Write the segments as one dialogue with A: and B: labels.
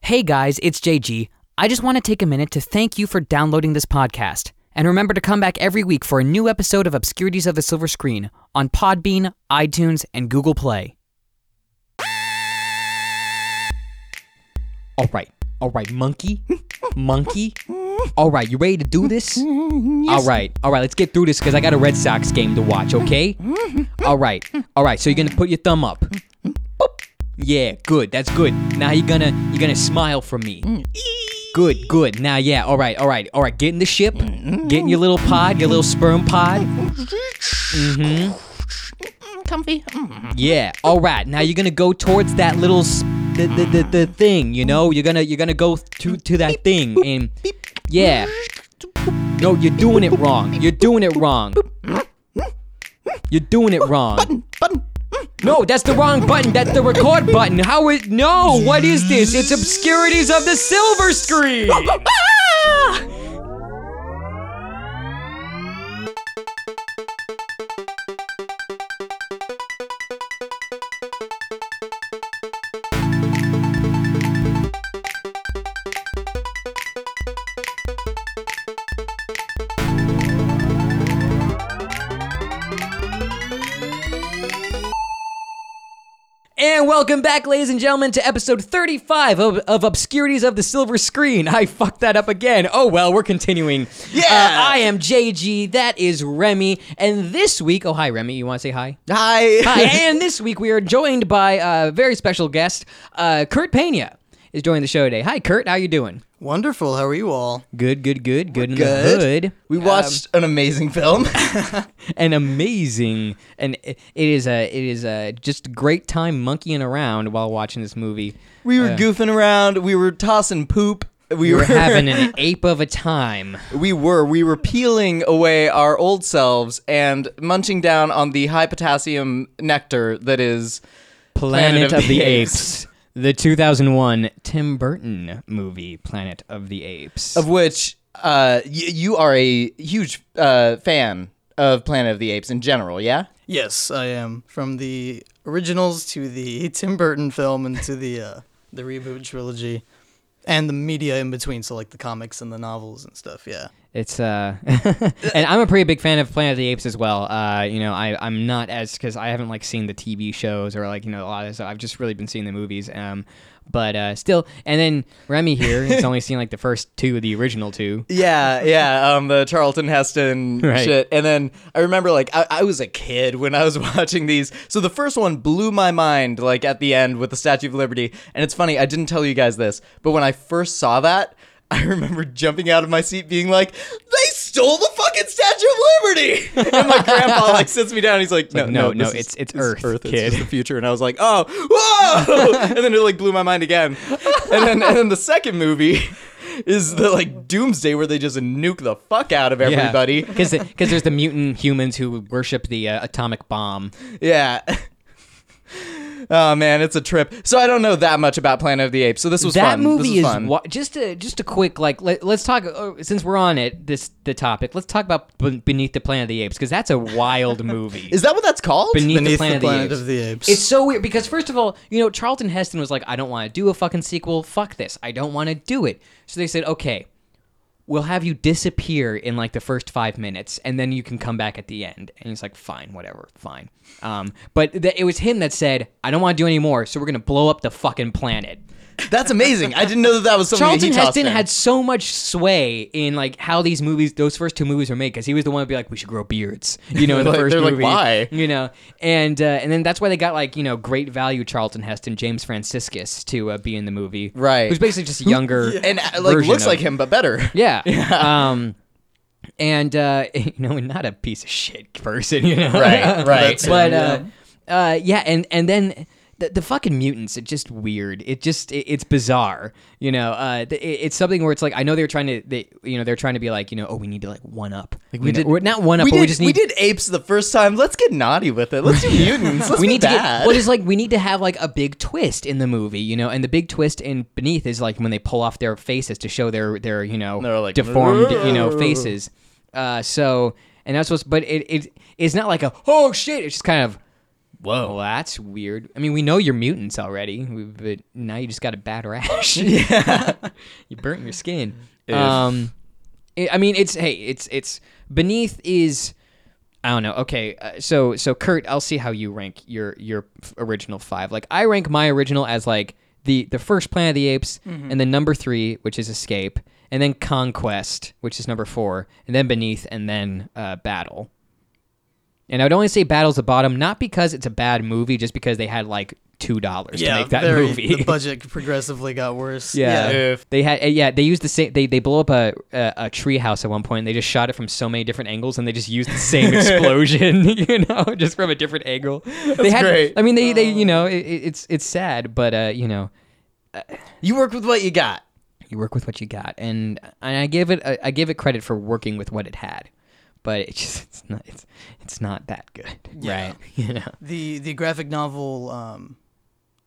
A: Hey guys, it's JG. I just want to take a minute to thank you for downloading this podcast. And remember to come back every week for a new episode of Obscurities of the Silver Screen on Podbean, iTunes, and Google Play. All right, all right, monkey, monkey. All right, you ready to do this? All right, all right, let's get through this because I got a Red Sox game to watch, okay? All right, all right, so you're going to put your thumb up. Yeah, good. That's good. Now you're gonna you're gonna smile for me. Good, good. Now yeah, all right, all right, all right. Get in the ship. Get in your little pod, your little sperm pod.
B: Comfy. Mm.
A: Yeah. All right. Now you're gonna go towards that little s- the the, the, the thing. You know, you're gonna you're gonna go to to that thing and yeah. No, you're doing it wrong. You're doing it wrong. You're doing it wrong.
B: Button.
A: No, that's the wrong button. That's the record button. How is no? What is this? It's obscurities of the silver screen. And welcome back, ladies and gentlemen, to episode 35 of, of Obscurities of the Silver Screen. I fucked that up again. Oh well, we're continuing. Yeah. I am JG. That is Remy. And this week, oh hi Remy, you want to say hi?
B: Hi.
A: Hi. and this week we are joined by a very special guest, uh, Kurt Pena, is joining the show today. Hi, Kurt. How you doing?
C: Wonderful. How are you all?
A: Good, good, good, good in
C: good.
A: the hood.
C: We watched an amazing film.
A: an amazing and it is a it is a just great time monkeying around while watching this movie.
C: we were goofing around. We were tossing poop.
A: We were having an ape of a time.
C: we were. We were peeling away our old selves and munching down on the high potassium nectar that is.
A: Planet, of, the Apes. The 2001 Tim Burton movie Planet of the Apes.
C: Of which uh, y- you are a huge uh, fan of Planet of the Apes in general, yeah?
D: Yes, I am. From the originals to the Tim Burton film and to the uh, the reboot trilogy, and the media in between, so like the comics and the novels and stuff. Yeah,
A: It's uh, and I'm a pretty big fan of Planet of the Apes as well. Uh, you know, I I'm not as because I haven't like seen the TV shows or like you know a lot of stuff. I've just really been seeing the movies. Um, but uh, still, and then Remy here has only seen like the first two of the original two.
C: Yeah, yeah, um, the Charlton Heston
A: Right.
C: shit. And then I remember, like, I, I was a kid when I was watching these. So the first one blew my mind, like, at the end with the Statue of Liberty. And it's funny, I didn't tell you guys this, but when I first saw that, I remember jumping out of my seat being like, they stole the fucking Statue of Liberty! And my grandpa, like, sits me down. He's like, no,
A: no,
C: no,
A: no,
C: this is-
A: it's- it's
C: this is
A: Earth,
C: Earth.
A: kid."
C: It's just the future. And I was like, oh, whoa! and then it, like, blew my mind again. And then, and then the second movie is the like doomsday where they just nuke the fuck out of everybody.
A: because there's the mutant humans who worship the uh, atomic bomb.
C: Yeah. oh man, it's a trip. So I don't know that much about Planet of the Apes. So this was
A: that
C: fun. this
A: movie
C: was
A: is
C: fun.
A: wa- just a just a quick like let, let's talk uh, since we're on it this the topic. Let's talk about Ben- Beneath the Planet of the Apes because that's a wild movie.
C: is that what that's called?
A: Beneath,
D: beneath
A: the Planet, of, the Apes.
D: Apes.
A: It's so weird because first of all, you know, Charlton Heston was like, I don't want to do a fucking sequel. Fuck this. I don't want to do it. So they said, okay, we'll have you disappear in like the first five minutes, and then you can come back at the end. And he's like, fine, whatever, fine. Um, but th- it was him that said, I don't want to do any more. So we're gonna blow up the fucking planet.
C: that's amazing. I didn't know that that was something.
A: Charlton
C: that he tossed
A: Heston
C: in.
A: had so much sway in like how these movies, those first two movies were made, because he was the one to be like, "We should grow beards," you know, in the
C: Like,
A: 1st
C: they're like,
A: movie.
C: "Why?"
A: You know, and uh, and then that's why they got like you know great value Charlton Heston, James Franciscus to uh, be in the movie,
C: Right.
A: Who's basically just a younger
C: and uh, like
A: version
C: looks
A: of-
C: like him, but better.
A: yeah. Um, and uh, you know, and not a piece of shit person, you know,
C: Right, right.
A: but uh, uh, yeah, and and then the, the fucking mutants. It's just weird. It just it, it's bizarre. You know, uh, th- it, it's something where it's like I know they're trying to, they, you know, they're trying to be like, you know, oh, we need to like one up. Like we did not one up,
C: We
A: but
C: did,
A: we just need
C: we did apes the first time. Let's get naughty with it. Let's do mutants. Let's
A: we
C: be
A: need to
C: bad.
A: get what is like we need to have like a big twist in the movie, you know, and the big twist in Beneath is like when they pull off their faces to show their their you know
C: They're like,
A: deformed you know faces. Uh, so and that's what's but it, it it's not like a oh shit, it's just kind of Well,
C: Whoa.
A: that's weird. I mean, we know you're mutants already, we- but now you just got a bad rash. you burnt your skin. Um, I I mean, it's hey, it's it's beneath is. I don't know. Okay, uh, so so Kurt, I'll see how you rank your your f- original five. Like I rank my original as like the the first Planet of the Apes, and then number three, which is Escape, and then Conquest, which is number four, and then Beneath, and then uh, Battle. And I would only say Battle's the bottom, not because it's a bad movie, just because they had like two dollars to make that
D: very-
A: movie.
D: The budget progressively got worse.
A: Yeah.
C: Yeah.
A: They had uh, yeah, they used the same they they blow up a a, a tree house at one point. And they just shot it from so many different angles and they just used the same explosion, you know, just from a different angle. they had
C: great.
A: I mean they they
D: Oh.
A: you know, it, it- it's it's sad, but uh, you know,
C: You work with what you got.
A: you work with what you got. And and I give it I, I give it credit for working with what it had. But it just it's not it's it's not that good. Right. You know.
D: The the graphic novel um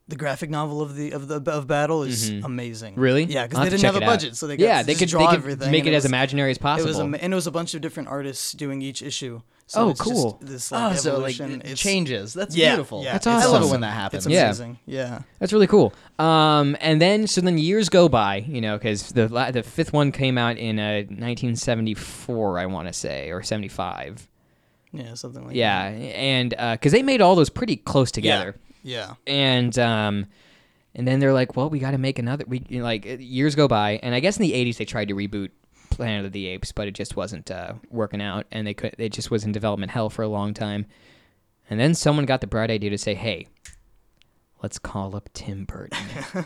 D: the graphic novel of the of the of battle is amazing.
A: Mm-hmm. Really?
D: Yeah, because
A: I'll
D: they
A: to
D: didn't
A: check
D: have a
A: it out.
D: budget, so they got
A: yeah
D: to
A: they
D: just
A: could
D: draw
A: they could
D: everything.
A: make
D: and
A: it as
D: was-
A: imaginary as
D: It
A: possible.
D: was, ama- and it was a bunch of different artists doing each issue. So
A: Oh,
D: it's just
A: cool.
D: this like,
C: oh, so like
D: evolution.
C: it
D: it's,
C: changes. That's
D: yeah,
C: beautiful.
D: Yeah,
A: That's
D: it's
C: I love it
A: awesome.
C: when that happens.
D: It's
A: Yeah.
D: amazing. Yeah.
A: That's really cool. Um, and then so then years go by, you know, because the la- the fifth one came out in uh, 1974, I want to say, or 75.
D: yeah, something like
A: Yeah, and because they made all those pretty close
D: that.
A: together,
D: Yeah,
A: and um, and then they're like, well, we got to make another. We you know, like uh, years go by, and I guess in the 80s they tried to reboot Planet of the Apes, but it just wasn't uh, working out, and they could it just was in development hell for a long time. And then someone got the bright idea to say, hey, let's call up Tim Burton.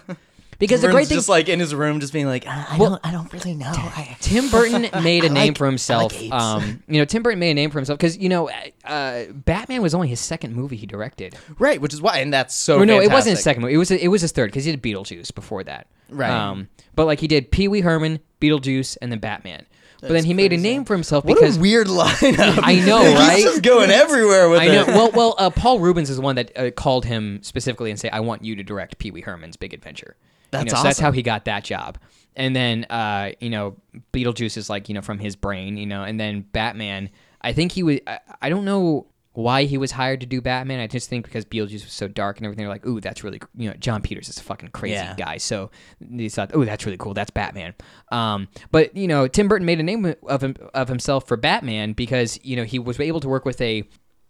A: Because the great
C: Vern's
A: thing,
C: just like in his room, just being like, "Ah, I
A: Well-
C: don't, I don't really know. I,
A: Tim Burton made a
C: I
A: name
C: like-
A: for himself.
C: I like apes.
A: um, you know, Tim Burton made a name for himself because you know, uh, Batman was only his second movie he directed.
C: right, which is why, and that's so.
A: Or no, it wasn't
C: Oh, fantastic.
A: his second movie. It was it was his third because he did Beetlejuice before that.
C: Right.
A: Um, but like he did Pee Wee Herman, Beetlejuice, and then Batman. but then
D: That's
A: he made a
D: crazy.
A: name for himself
C: What
A: because
C: a weird lineup.
A: I know,
C: He's
A: right?
C: just going everywhere with
A: I know.
C: it.
A: Well, well, uh, Paul Rubens is the one that uh, called him specifically and say, "I want you to direct Pee Wee Herman's Big Adventure." You
C: That's
A: know, so that's
C: awesome.
A: how he got that job. And then, uh, you know, Beetlejuice is like you know from his brain, you know. And then Batman, I think he was. I, I don't know why he was hired to do Batman. I just think because Beetlejuice was so dark and everything. They're like, "Ooh, that's really c-" you know." John Peters is a fucking crazy
C: Yeah.
A: guy, so they thought, "Oh, that's really cool. That's Batman." Um, but you know, Tim Burton made a name of him, of himself for Batman because you know he was able to work with a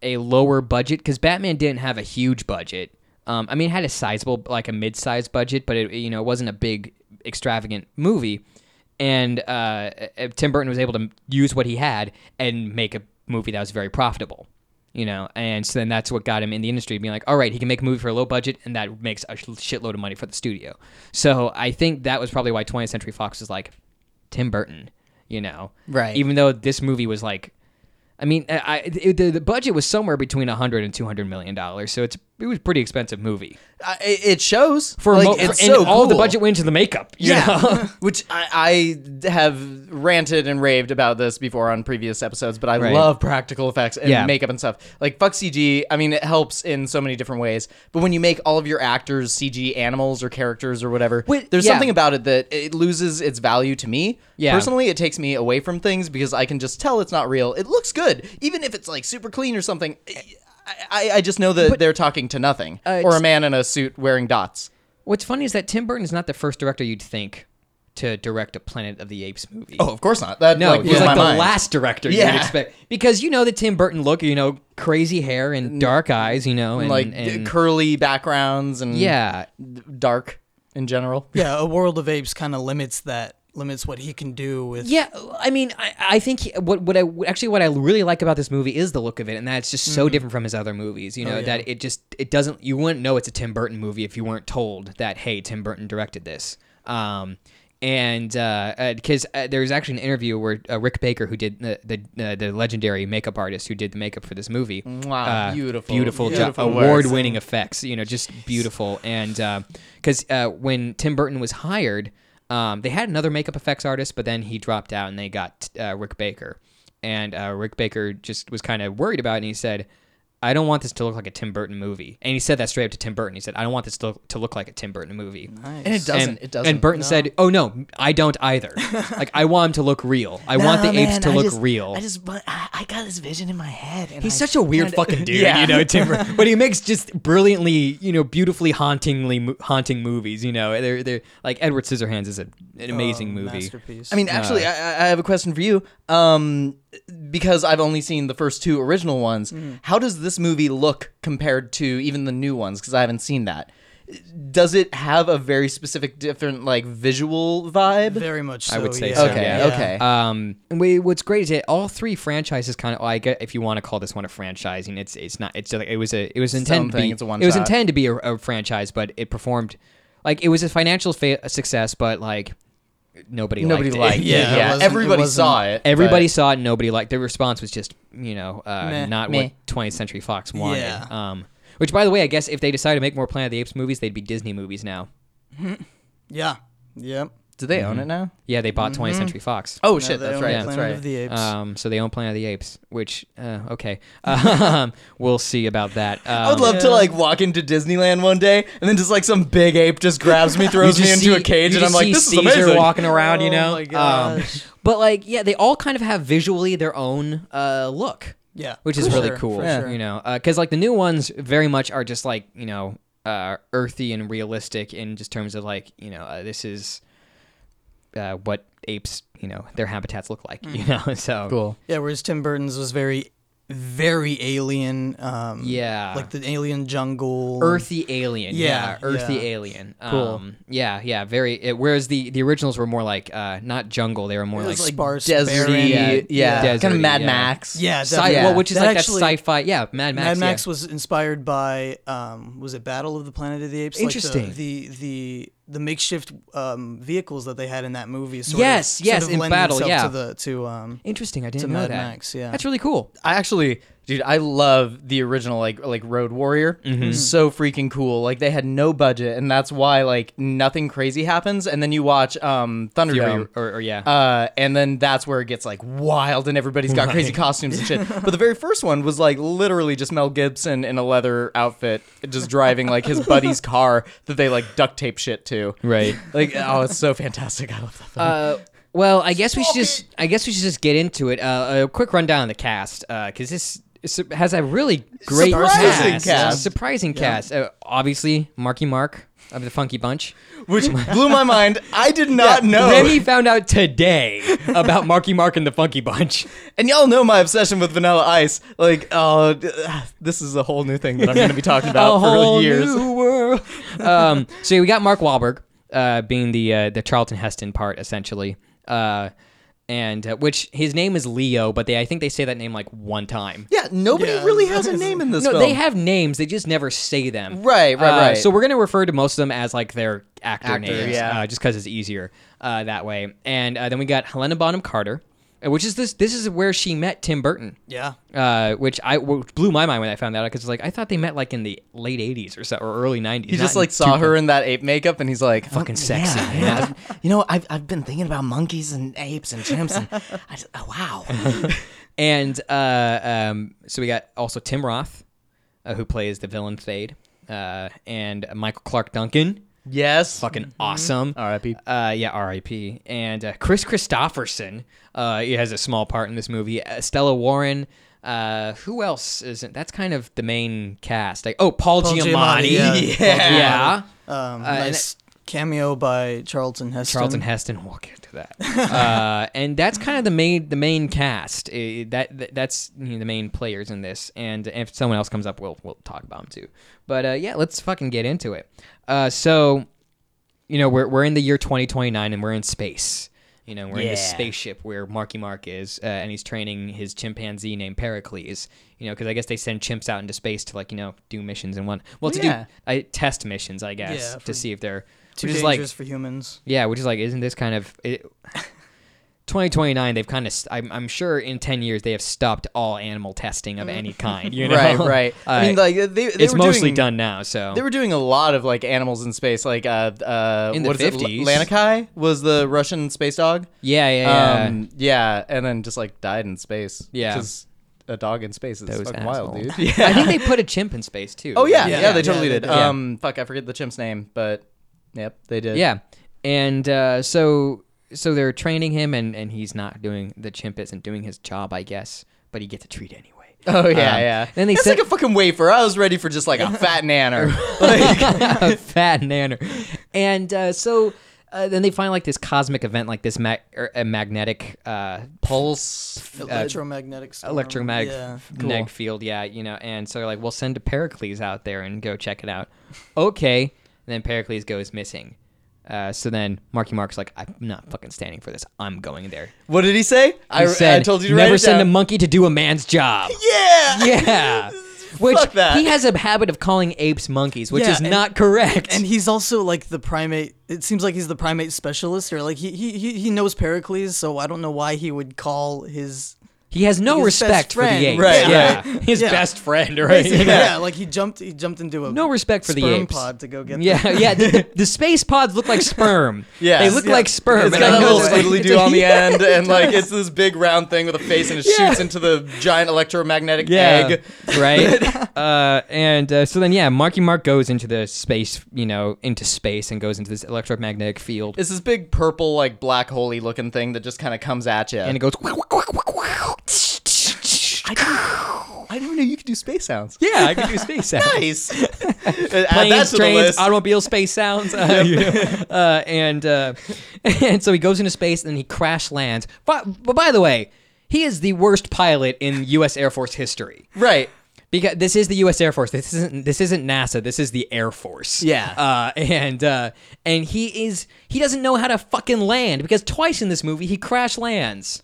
A: a lower budget because Batman didn't have a huge budget. Um, I mean, it had a sizable, like a mid-sized budget, but it you know it wasn't a big, extravagant movie. And uh, uh, Tim Burton was able to use what he had and make a movie that was very profitable. You know, and so then that's what got him in the industry, being like, all right, he can make a movie for a low budget, and that makes a sh- shitload of money for the studio. So I think that was probably why 20th Century Fox was like, Tim Burton, you know,
C: Right.
A: Even though this movie was like I mean, I, I it, the, the budget was somewhere between 100 and 200 million dollars, so it's it was a pretty expensive movie.
C: I, it it shows
A: For
C: like
A: mo-
C: it's
A: for-
C: so
A: and all the
C: cool.
A: budget went into the makeup, you
C: yeah,
A: know.
C: which I, I have ranted and raved about this before on previous episodes, but I
A: Right.
C: love practical effects and
A: Yeah.
C: makeup and stuff. Like fuck CG, I mean, it helps in so many different ways. But when you make all of your actors CG animals or characters or whatever,
A: Wait,
C: there's
A: yeah.
C: something about it that it loses its value to me.
A: Yeah.
C: personally, it takes me away from things because I can just tell it's not real. It looks good, even if it's like super clean or something. I, I, I just know that they're talking to nothing
A: Uh,
C: or a
A: it's-
C: man in a suit wearing dots.
A: What's funny is that Tim Burton is not the first director you'd think to direct a Planet of the Apes movie.
C: Oh, of course not. That
A: No,
C: like,
A: he was
C: blew
A: like the
C: my mind.
A: last director
C: Yeah.
A: you'd expect because you know the Tim Burton look, you know, crazy hair and dark eyes, you know, and
C: like
A: and-
C: curly backgrounds and
A: yeah,
C: dark in general.
D: yeah. A World of Apes kind of limits that, limits what he can do with.
A: Yeah, I mean, I, I think he- what what I actually what I really like about this movie is the look of it, and that it's just so
C: Mm-hmm.
A: different from his other movies.
C: Oh,
A: You know that it just it doesn't you wouldn't know it's a Tim Burton movie if you weren't told that hey Tim Burton directed this. Um, and because uh, there's actually an interview where uh, Rick Baker, who did the the, uh, the legendary makeup artist who did the makeup for this movie,
C: Mm-hmm. Wow, beautiful,
A: Uh, beautiful,
C: beautiful works.
A: award winning effects. You know, just beautiful. And because uh, when Tim Burton was hired, um, they had another makeup effects artist, but then he dropped out and they got uh, Rick Baker. And uh, Rick Baker just was kind of worried about it, and he said, I don't want this to look like a Tim Burton movie. And he said that straight up to Tim Burton. He said, I don't want this to look, to look like a Tim Burton movie.
D: Nice.
C: And it doesn't.
A: And,
C: it doesn't.
A: and Burton said, "Oh no, I don't either. like I want him to look real. I want the
C: Nah,
A: apes
C: man,
A: to
C: I
A: look
C: just-
A: real."
C: I just, but I, I got this vision in my head. And
A: He's
C: I
A: such a weird
C: kinda-
A: fucking dude,
C: Yeah.
A: you know, Tim. Burton. but he makes just brilliantly, you know, beautifully hauntingly mo- haunting movies. You know, they're they're like Edward Scissorhands is a,
C: Oh,
A: an amazing movie.
D: Masterpiece.
C: I mean, actually, I, I- I have a question for you. Um, because I've only seen the first two original ones. How does this movie look compared to even the new ones? Because I haven't seen that. Does it have a very specific, different like visual vibe?
D: very much so.
A: I would say
D: yeah.
A: so.
C: Okay,
A: yeah.
C: okay.
A: Um, and we, what's great is that all three franchises kind of like if you want to call this one a franchising, it's it's not. It's like it was a it was intended to
C: Something,
A: be
C: it's a one
A: it was
C: shot.
A: intended to be a, a franchise, but it performed like it was a financial fa- success, but like nobody
C: Nobody
A: liked
C: liked
A: it.
C: it.
D: Yeah,
C: Yeah,
D: it wasn't- it
C: everybody
D: wasn't-
C: saw it.
A: Everybody
C: but-
A: saw it. Nobody liked. The response was just you know uh,
D: Meh.
A: not
C: Meh.
A: what 20th Century Fox wanted.
D: Yeah.
A: Um, which by the way, I guess if they decide to make more Planet of the Apes movies, they'd be Disney movies now.
D: Yeah. Yep.
C: Do they own it now?
A: Yeah, they bought 20th Century Fox.
C: Mm-hmm. Oh
D: No,
C: shit,
D: they
C: that's
D: own
C: right.
D: Planet
C: That's
D: of
C: right.
D: the Apes.
A: Um, so they own Planet of the Apes, which uh, okay, um, we'll see about that. Um,
C: I would love to like walk into Disneyland one day and then just like some big ape just grabs me,
A: you
C: throws me
A: just
C: into a
A: see-
C: cage,
A: you
C: and I'm
A: just
C: like,
A: see
C: this
A: Caesar
C: is amazing.
A: walking around, you
D: Oh
A: know.
D: my
A: Um,
D: gosh.
A: but like, yeah, they all kind of have visually their own uh, look.
D: Yeah.
A: which
D: for
A: is really
D: sure, for
A: cool.
D: sure.
A: You know, because like the new ones very much are just like you know uh, earthy and realistic in just terms of like you know uh, this is uh, what apes you know their habitats look like. You
D: Mm.
A: know, so
C: Cool.
D: Yeah, whereas Tim Burton's was very, very alien. Um,
A: Yeah.
D: like the alien jungle.
A: Earthy alien, yeah,
D: Yeah,
A: earthy
D: yeah.
A: alien. Cool. Um, yeah, yeah, very. It, whereas the the originals were more like uh, not jungle; they were more
D: It
A: like,
D: was like sparse, barren.
C: Deserty, yeah,
A: yeah.
C: kind of
A: Deserty,
C: Mad
A: yeah.
C: Max.
D: Yeah,
A: sci-
D: definitely.
A: well, which is
D: That
A: like
D: actually-
A: that sci-fi. Yeah, Mad Max.
D: Mad
A: yeah.
D: Max was inspired by um, was it Battle of the Planet of the Apes?
A: Interesting.
D: Like the, the the the makeshift um, vehicles that they had in that movie. Sort
A: Yes,
D: of,
A: yes,
D: sort of
A: in
D: lends
A: battle,
D: itself
A: yeah.
D: To the to um,
A: Interesting. I didn't
D: to
A: know
D: Mad
A: that.
D: Max, yeah.
A: that's really cool.
C: I actually, dude, I love the original like like Road Warrior. So freaking cool. Like they had no budget, and that's why like nothing crazy happens. And then you watch um
A: Yeah,
C: Thunderdome.
A: or, or- or yeah.
C: Uh, and then that's where it gets like wild, and everybody's got crazy costumes and shit. But the very first one was like literally just Mel Gibson in a leather outfit, just driving like his buddy's car that they like duct tape shit to.
A: right.
C: Like, oh, it's so fantastic. I love that. Film.
A: Uh, well, I guess we should just I guess we should just get into it. Uh, a quick rundown of the cast because this is- has a really great
C: Surprising
A: cast.
C: cast.
A: Surprising cast. Uh, obviously, Marky Mark of the Funky Bunch.
C: Which blew my mind. I did not know.
A: Remy found out today about Marky Mark and the Funky Bunch.
C: And y'all know my obsession with Vanilla Ice. Like, oh, d- ah, this is a whole new thing that I'm going to be talking about
A: a
C: for
A: whole
C: years.
A: new world. um, so we got Mark Wahlberg uh, being the uh, the Charlton Heston part essentially, uh, and uh, which his name is Leo, but they I think they say that name like one time.
C: Yeah, nobody
D: Yeah.
C: really has a name in this
A: No,
C: film.
A: they have names. They just never say them.
C: Right, right,
A: Uh,
C: right.
A: So we're gonna refer to most of them as like their actor,
C: Actor,
A: names,
C: yeah.
A: uh, just because it's easier uh, that way. And uh, then we got Helena Bonham Carter, uh, which is this. This is where she met Tim Burton.
D: yeah.
A: Uh, which I which blew my mind when I found that out because like I thought they met like in the late '80s or so or early '90s.
C: he just like saw her in that ape makeup, and he's like,
A: Fucking
C: "Mm,
A: sexy,
C: yeah,
A: man."
C: yeah. You know, I've, I've been thinking about monkeys and apes and chimps, and I just, oh, wow.
A: And uh, um, so we got also Tim Roth, uh, who plays the villain Thade, uh, and Michael Clark Duncan,
C: yes,
A: fucking
D: Mm-hmm.
A: awesome.
C: R.I.P.
A: Uh, yeah, R.I.P. And uh, Chris Christopherson, uh, he has a small part in this movie. Uh, Stella Warren. Uh, who else isn't? That's kind of the main cast. Like, oh, Paul,
D: Paul
A: Giamatti.
D: Giamatti, yeah. Paul
A: yeah.
D: Um,
A: and
D: nice cameo by Charlton Heston.
A: Charlton Heston. We'll get to that. uh, and that's kind of the main the main cast. Uh, that, that- that's you know, the main players in this. And if someone else comes up, we'll we'll talk about them too. But uh, yeah, let's fucking get into it. Uh, so, you know, we're we're in the year 2029 and we're in space. You know, we're in this
C: Yeah.
A: spaceship where Marky Mark is, uh, and he's training his chimpanzee named Pericles. You know, because I guess they send chimps out into space to like you know do missions and one well to
C: Yeah.
A: do uh, test missions, I guess, to
D: Yeah, for-
A: see if they're
D: Too
A: which is
D: dangerous
A: like
D: for humans.
A: yeah, which is like, isn't this kind of it, 2029? They've kind of, st- I'm, I'm sure in 10 years they have stopped all animal testing of any kind. You know?
C: Mm. Right, right. I
A: Uh,
C: mean, like, they, they
A: it's
C: were
A: mostly
C: doing,
A: done now, so
C: They were doing a lot of like animals in space, like uh, uh,
A: In the
C: what is it?
A: 50s.
C: Lanakai was the Russian space dog.
A: yeah, yeah, yeah.
C: Um, yeah, and then just like died in space.
A: Yeah.
C: which is a dog in space. It's
E: Those
C: fucking wild, dude.
E: assholes.
C: Yeah.
A: I think they put a chimp in space too.
C: Oh yeah, yeah,
D: Yeah.
C: they
D: Yeah,
C: totally
D: they
C: did.
D: did.
A: Yeah.
C: Um, fuck, I forget the chimp's name, but yep, they did.
A: Yeah. And uh, so so they're training him and, and he's not doing the chimp isn't doing his job, I guess, but he gets a treat anyway.
C: Oh yeah,
A: Um,
C: yeah.
A: then they
C: That's
A: said-
C: like a fucking wafer. I was ready for just like a fat nanner. Like,
A: Fat nanner. And uh, so uh, then they find like this cosmic event like this ma- er, a magnetic uh,
C: pulse.
D: Electromagnetic storm.
A: electromagnetic
D: Yeah.
A: neg field, yeah, you know, and so they're like, we'll send Pericles out there and go check it out. Okay, and then Pericles goes missing. Uh, so then Marky Mark's like, I'm not fucking standing for this. I'm going there.
C: What did he say?
A: He
C: I,
A: said,
C: I told you to
A: never
C: write it
A: send
C: down.
A: a monkey to do a man's job.
C: Yeah.
A: Yeah. Which
C: Fuck that.
A: he has a habit of calling apes monkeys, which
D: Yeah,
A: is
D: and-
A: not correct.
D: And he's also like the primate. It seems like he's the primate specialist, or like he he he he knows Pericles, so I don't know why he would call his
A: he has no
D: his
A: respect
D: best
A: for the
D: friend.
A: apes.
C: Right,
A: yeah.
C: right.
A: His
D: Yeah.
A: best friend, right?
D: yeah.
A: Yeah.
D: like he jumped he jumped into a
A: No respect for the
D: sperm
A: apes.
D: pod to go get them.
A: Yeah, yeah. The, the, the space pods look like sperm.
C: Yes.
A: they look
C: Yeah.
A: like sperm.
C: It's
A: and
C: got
A: I
C: that
A: know
C: little
A: it's like-
C: squiddly
A: it's
C: do
A: like-
C: on the end, and like it's this big round thing with a face, and it shoots into the giant electromagnetic egg.
A: right? uh, and uh, so then, yeah, Marky Mark goes into the space, you know, into space and goes into this electromagnetic field,
C: It's this big purple, like black holy looking thing that just kind of comes at you.
A: and it goes.
C: I didn't know you could do space sounds.
A: Yeah, I can do space sounds.
C: Nice. Add that
A: Planes,
C: to the
A: trains,
C: list.
A: automobile space sounds, uh, you know, uh, and uh, and so he goes into space and he crash lands. But, but by the way, he is the worst pilot in U.S. Air Force history.
C: Right.
A: because this is the U.S. Air Force. This isn't this isn't NASA. This is the Air Force.
C: Yeah.
A: Uh, and uh, and he is he doesn't know how to fucking land because twice in this movie he crash lands.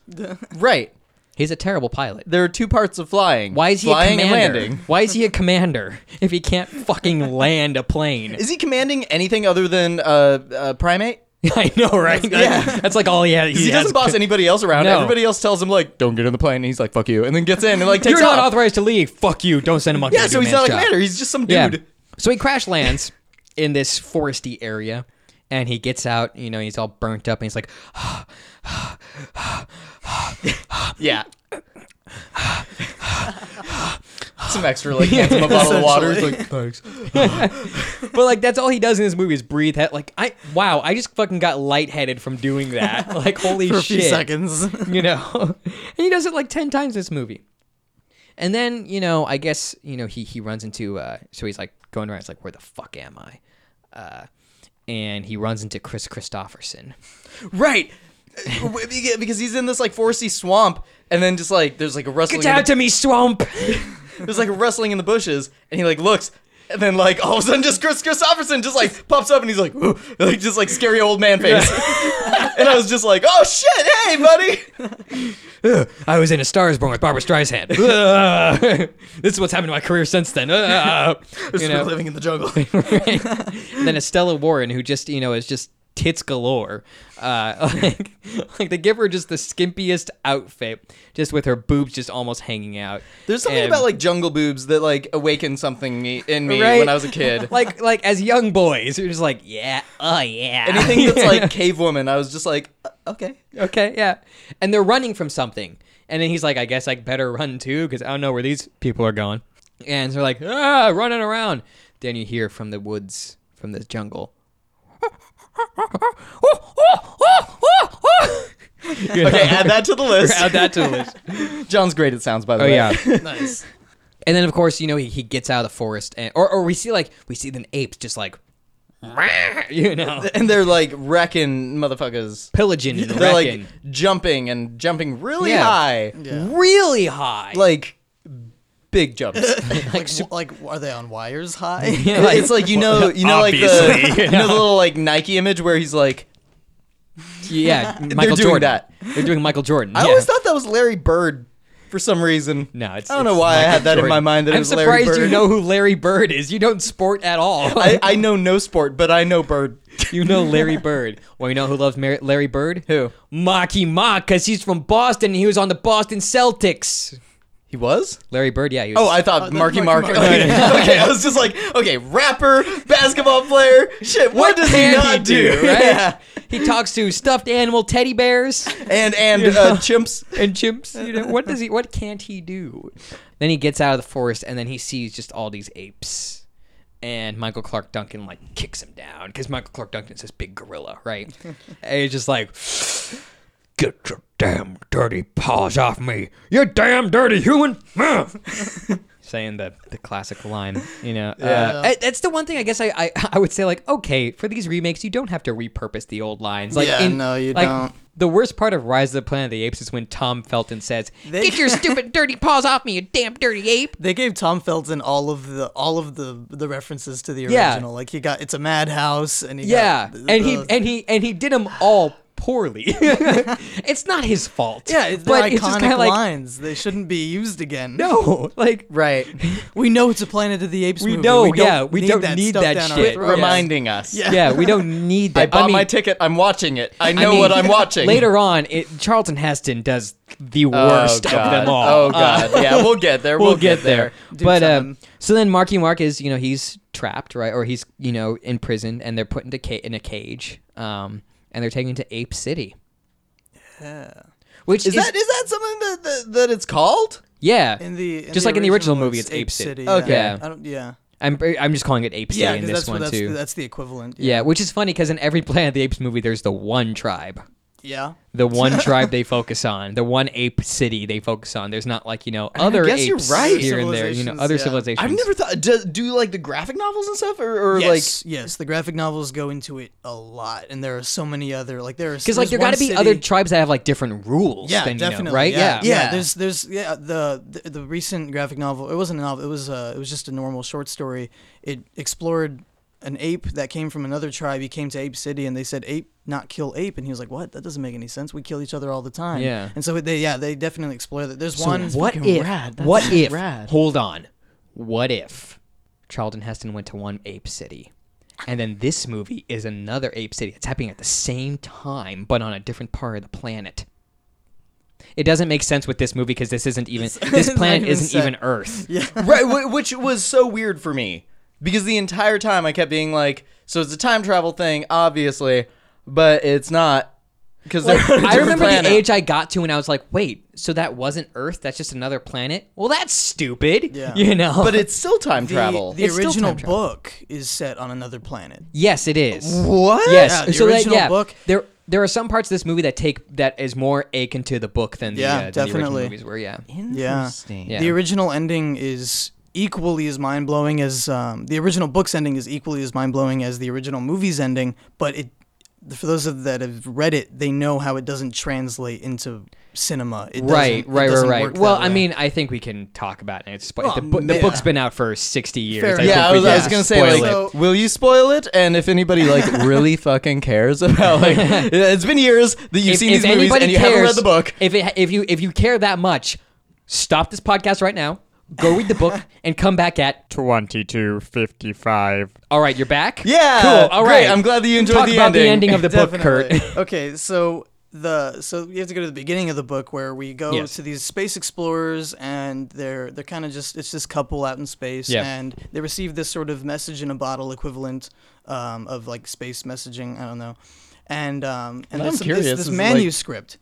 C: Right.
A: He's a terrible pilot.
C: There are two parts of flying.
A: Why is he
C: flying
A: a commander?
C: and landing?
A: Why is he a commander if he can't fucking land a plane?
C: Is he commanding anything other than uh, uh primate?
A: I know, right? That's, that's like all he has. he
C: He,
A: has.
C: doesn't boss anybody else around.
A: No.
C: Everybody else tells him like, "Don't get in the plane." And he's like, "Fuck you," and then gets in and like takes
A: You're not
C: off.
A: authorized to leave. Fuck you. Don't send a monkey. to
C: yeah,
A: do
C: so
A: a
C: he's
A: man's
C: not a
A: job.
C: commander. He's just some
A: Yeah.
C: dude.
A: So he crash lands in this foresty area and he gets out, you know, he's all burnt up and he's like,
C: Yeah. Some extra like hands him a bottle of water. He's like, thanks.
A: "Ah, but like that's all he does in this movie is breathe. He- Like I wow, I just fucking got lightheaded from doing that. Like holy
D: for a
A: shit.
D: few seconds.
A: You know. and he does it like 10 times this movie. And then, you know, I guess, you know, he he runs into uh so he's like going around, he's like, Where the fuck am I? Uh and he runs into Chris Christopherson.
C: Right. Uh, beca- because he's in this like foresty swamp, and then just like there's like a rustling.
A: Get
C: in the-
A: down to me, swamp!
C: there's like a rustling in the bushes, and he like looks, and then like all of a sudden, just Chris Christopherson just like pops up, and he's like, "Ooh," like just like scary old man face. and I was just like, oh shit, hey buddy.
A: I was in A Star Is Born with Barbara Streisand. Ugh. this is what's happened to my career since then. Ugh. you know,
C: living in the jungle.
A: And then Estella Warren, who just you know is just tits galore. Uh, like, like they give her just the skimpiest outfit, just with her boobs just almost hanging out.
C: There's something
A: And-
C: about like jungle boobs that like awakened something me- in me
A: Right?
C: when I was a kid.
A: like like as young boys, you're just like yeah, oh yeah.
C: Anything that's like cave woman, I was just like, uh, okay.
A: Okay, yeah. And they're running from something. And then he's like, I guess I better run too, because I don't know where these people are going. And they're like, ah, running around. Then you hear from the woods, from the jungle.
C: Okay, add that to the list.
A: Add that to the list.
C: John's great at sounds, by the
A: Oh
C: way.
A: yeah.
D: nice.
A: And then of course, you know, he, he gets out of the forest and or, or we see like we see the apes just like you know
C: And they're like wrecking motherfuckers.
A: pillaging and
C: They're
A: wrecking.
C: like jumping and jumping really
A: Yeah.
C: high.
A: really high.
C: Like big jumps.
D: Like, w- like are they on wires high?
A: like-
C: it's like you know you know like the
E: Obviously,
C: you know the little like Nike image where he's like
A: yeah, Michael
C: doing
A: Jordan.
C: that.
A: They're doing Michael Jordan.
C: I
A: yeah.
C: always thought that was Larry Bird for some reason.
A: No, it's-
C: I don't know
A: it's
C: why I
A: Michael
C: had that in my
A: Jordan.
C: mind that it
A: I'm
C: was Larry
A: surprised
C: Bird.
A: you know who Larry Bird is. You don't sport at all.
C: I, I know no sport, but I know Bird.
A: you know Larry Bird. Well, you know who loves Mar- Larry Bird?
C: Who?
A: Marky Mark, because he's from Boston and he was on the Boston Celtics.
C: He He was?
A: Larry Bird, yeah. He was,
C: Oh, I thought Marky Mark.
D: Marky Mark.
C: Okay. okay, I was just like, okay, rapper, basketball player. Shit, what, does he
A: can
C: not do?
A: Right?
C: Yeah.
A: He talks to stuffed animal teddy bears
C: And and uh, chimps.
A: and chimps. You know, what does he? What can't he do? Then he gets out of the forest and then he sees just all these apes. And Michael Clark Duncan like kicks him down because Michael Clark Duncan is this big gorilla, right? and he's just like, "Get your damn dirty paws off me, you damn dirty human!" Saying the, the classic line, you know. Uh, I- that's the one thing I guess I, I I would say like, okay, for these remakes, you don't have to repurpose the old lines. Like,
D: Yeah,
A: in-
D: no, you
A: like,
D: don't.
A: the worst part of Rise of the Planet of the Apes is when Tom Felton says,
B: Get your stupid dirty paws off me, you damn dirty ape.
D: They gave Tom Felton all of the all of the the references to the
A: Yeah.
D: original. Like he got it's a madhouse and he
A: "Yeah,"
D: got the-
A: and he
D: the-
A: and he and he did them all poorly. it's not his fault.
D: yeah, it's
A: but
D: they're
A: it's just kind
D: iconic
A: of like
D: lines. They shouldn't be used again.
A: no, like
D: Right. We know it's a Planet of the Apes
A: We
D: movie.
A: know,
D: we don't
A: yeah, we
D: need
A: don't
D: that
A: need
D: stuff
A: that
D: down our
A: shit.
D: throats.
A: Yes. Remind-
C: Reminding us.
A: yeah, we don't need that.
C: I bought
A: mean,
C: my ticket. I'm watching it. I
A: I
C: know
A: mean,
C: what I'm watching.
A: Later on, it, Charlton Heston does the
C: Oh,
A: worst of
C: God.
A: them all. Uh,
C: Oh god. yeah, we'll get there.
A: we'll get there.
D: Do
A: But um,
D: something.
A: so then Marky Mark is, you know, he's trapped, right? Or he's, you know, in prison, and they're put into ca- in a cage, um, and they're taken to Ape City. Yeah. Which is,
C: Is that is that something that that, that it's called?
A: yeah?
D: In the in
A: Just like in the original movie, it's Ape City.
C: Okay.
D: Yeah. I don't, yeah.
A: I'm I'm just calling it Ape City
D: Yeah,
A: in
D: because
A: this
D: that's, what-
A: one
D: that's,
A: too.
D: that's the equivalent.
A: yeah, which is funny because in every Planet of the Apes movie, there's the one tribe.
D: Yeah.
A: The one tribe they focus on, the one ape city they focus on. There's not like you know other
C: guess
A: apes
C: you're right.
A: here and there, you know other
D: Civilizations,
A: civilizations.
C: I've never thought. Do, do like the graphic novels and stuff, or, or
D: Yes, yes, the graphic novels go into it a lot, and there are so many other like there are
A: because like there got to be other tribes that have like different rules.
D: yeah,
A: than, you know,
D: definitely,
A: right?
D: Yeah,
C: Yeah. Yeah.
D: There's, there's, yeah. The, the the recent graphic novel. It wasn't a novel. It was, uh, it was just a normal short story. It explored an ape that came from another tribe. He came to Ape City, and they said, "Ape, not kill ape." And he was like, "What? That doesn't make any sense. We kill each other all the time."
A: Yeah.
D: And so they, yeah, they definitely explore that. There's
A: So
D: one.
A: what
D: fucking
A: if?
D: rad. That's
A: What if?
D: Rad.
A: Hold on. What if Charlton Heston went to one ape city, and then this movie is another ape city? It's happening at the same time, but on a different part of the planet. It doesn't make sense with this movie because this isn't even this
D: it's not
A: planet
D: even
A: isn't
D: set.
A: even Earth. Yeah.
C: right, whi- which was so weird for me because the entire time I kept being like, so it's a time travel thing, obviously, but it's not because
A: I remember the age I got to, and I was like, "Wait, so that wasn't Earth? That's just another planet? Well, that's stupid."
D: Yeah.
A: You know.
C: but it's still time travel.
D: The, the
A: It's still
D: original
A: time travel.
D: book is set on another planet.
A: yes, it is.
C: what?
A: Yes.
D: Yeah, the
A: so that,
D: original
A: yeah,
D: book.
A: there there are some parts of this movie that take that is more akin to the book than the,
D: Yeah,
A: uh, than the original
D: definitely.
A: movies were. Yeah.
D: Yeah.
C: Interesting.
A: Yeah.
D: The original ending is equally as mind blowing as um, the original book's ending is equally as mind blowing as the original movie's ending, but it. For those of that have read it, they know how it doesn't translate into cinema. It
A: Right,
D: doesn't- it
A: right, right,
D: doesn't
A: right.
D: work that
A: Well, I
D: way.
A: mean, I think we can talk about it. It's spo- the,
D: Well,
A: bo- the
D: yeah.
A: book's been out for sixty years.
D: Oh, Fair
A: I
D: enough.
A: think
C: Yeah, I
A: we
C: was, I
A: can
C: was gonna say,
A: spoil
C: like,
A: it.
D: So-
C: will you spoil it? And if anybody like really fucking cares about, like, it's been years that you've
A: if,
C: seen
A: if
C: these movies
A: anybody
C: and you
A: cares,
C: haven't read the book.
A: If it, if you if you care that much, stop this podcast right now. Go read the book and come back at.
E: 2255.
A: All right, you're back.
C: Yeah,
A: Cool. All
C: great.
A: right.
C: I'm glad that you enjoyed
A: Talk
C: the
A: about the
C: ending.
A: ending of the book, Kurt.
D: Definitely. okay, so the so you have to go to the beginning of the book where we go
A: Yes.
D: to these space explorers and they're they're kind of just it's this couple out in space
A: Yeah.
D: and they receive this sort of message in a bottle equivalent um, of like space messaging. I don't know, and um, and
C: I'm
D: there's some- this-
C: curious,
D: this,
C: is it, like-
D: manuscript.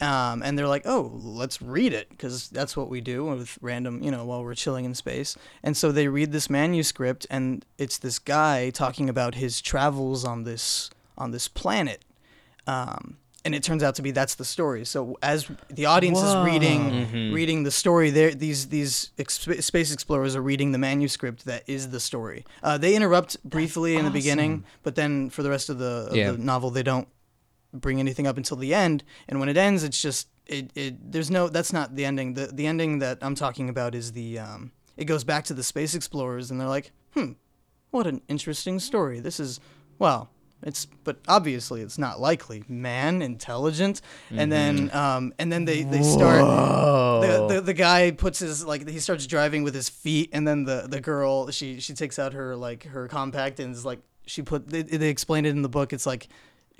D: um, and they're like, "Oh, let's read it," because that's what we do with random, you know, while we're chilling in space. And so they read this manuscript, and it's this guy talking about his travels on this on this planet, um, and it turns out to be that's the story. So as the audience is reading reading the story, there these these ex- space explorers are reading the manuscript that is the story. Uh, they interrupt briefly in the beginning, but then for the rest of the, of
A: Yeah.
D: the novel, they don't bring anything up until the end. And when it ends, it's just it, it there's no that's not the ending. The the ending that I'm talking about is the um, it goes back to the space explorers, and they're like, hmm, what an interesting story. This is, well, it's, but obviously it's not likely. Man, intelligent, and then, um, and then they they start. The, the the guy puts his like he starts driving with his feet, and then the the girl she she takes out her like her compact and is like she put they, they explained it in the book. It's like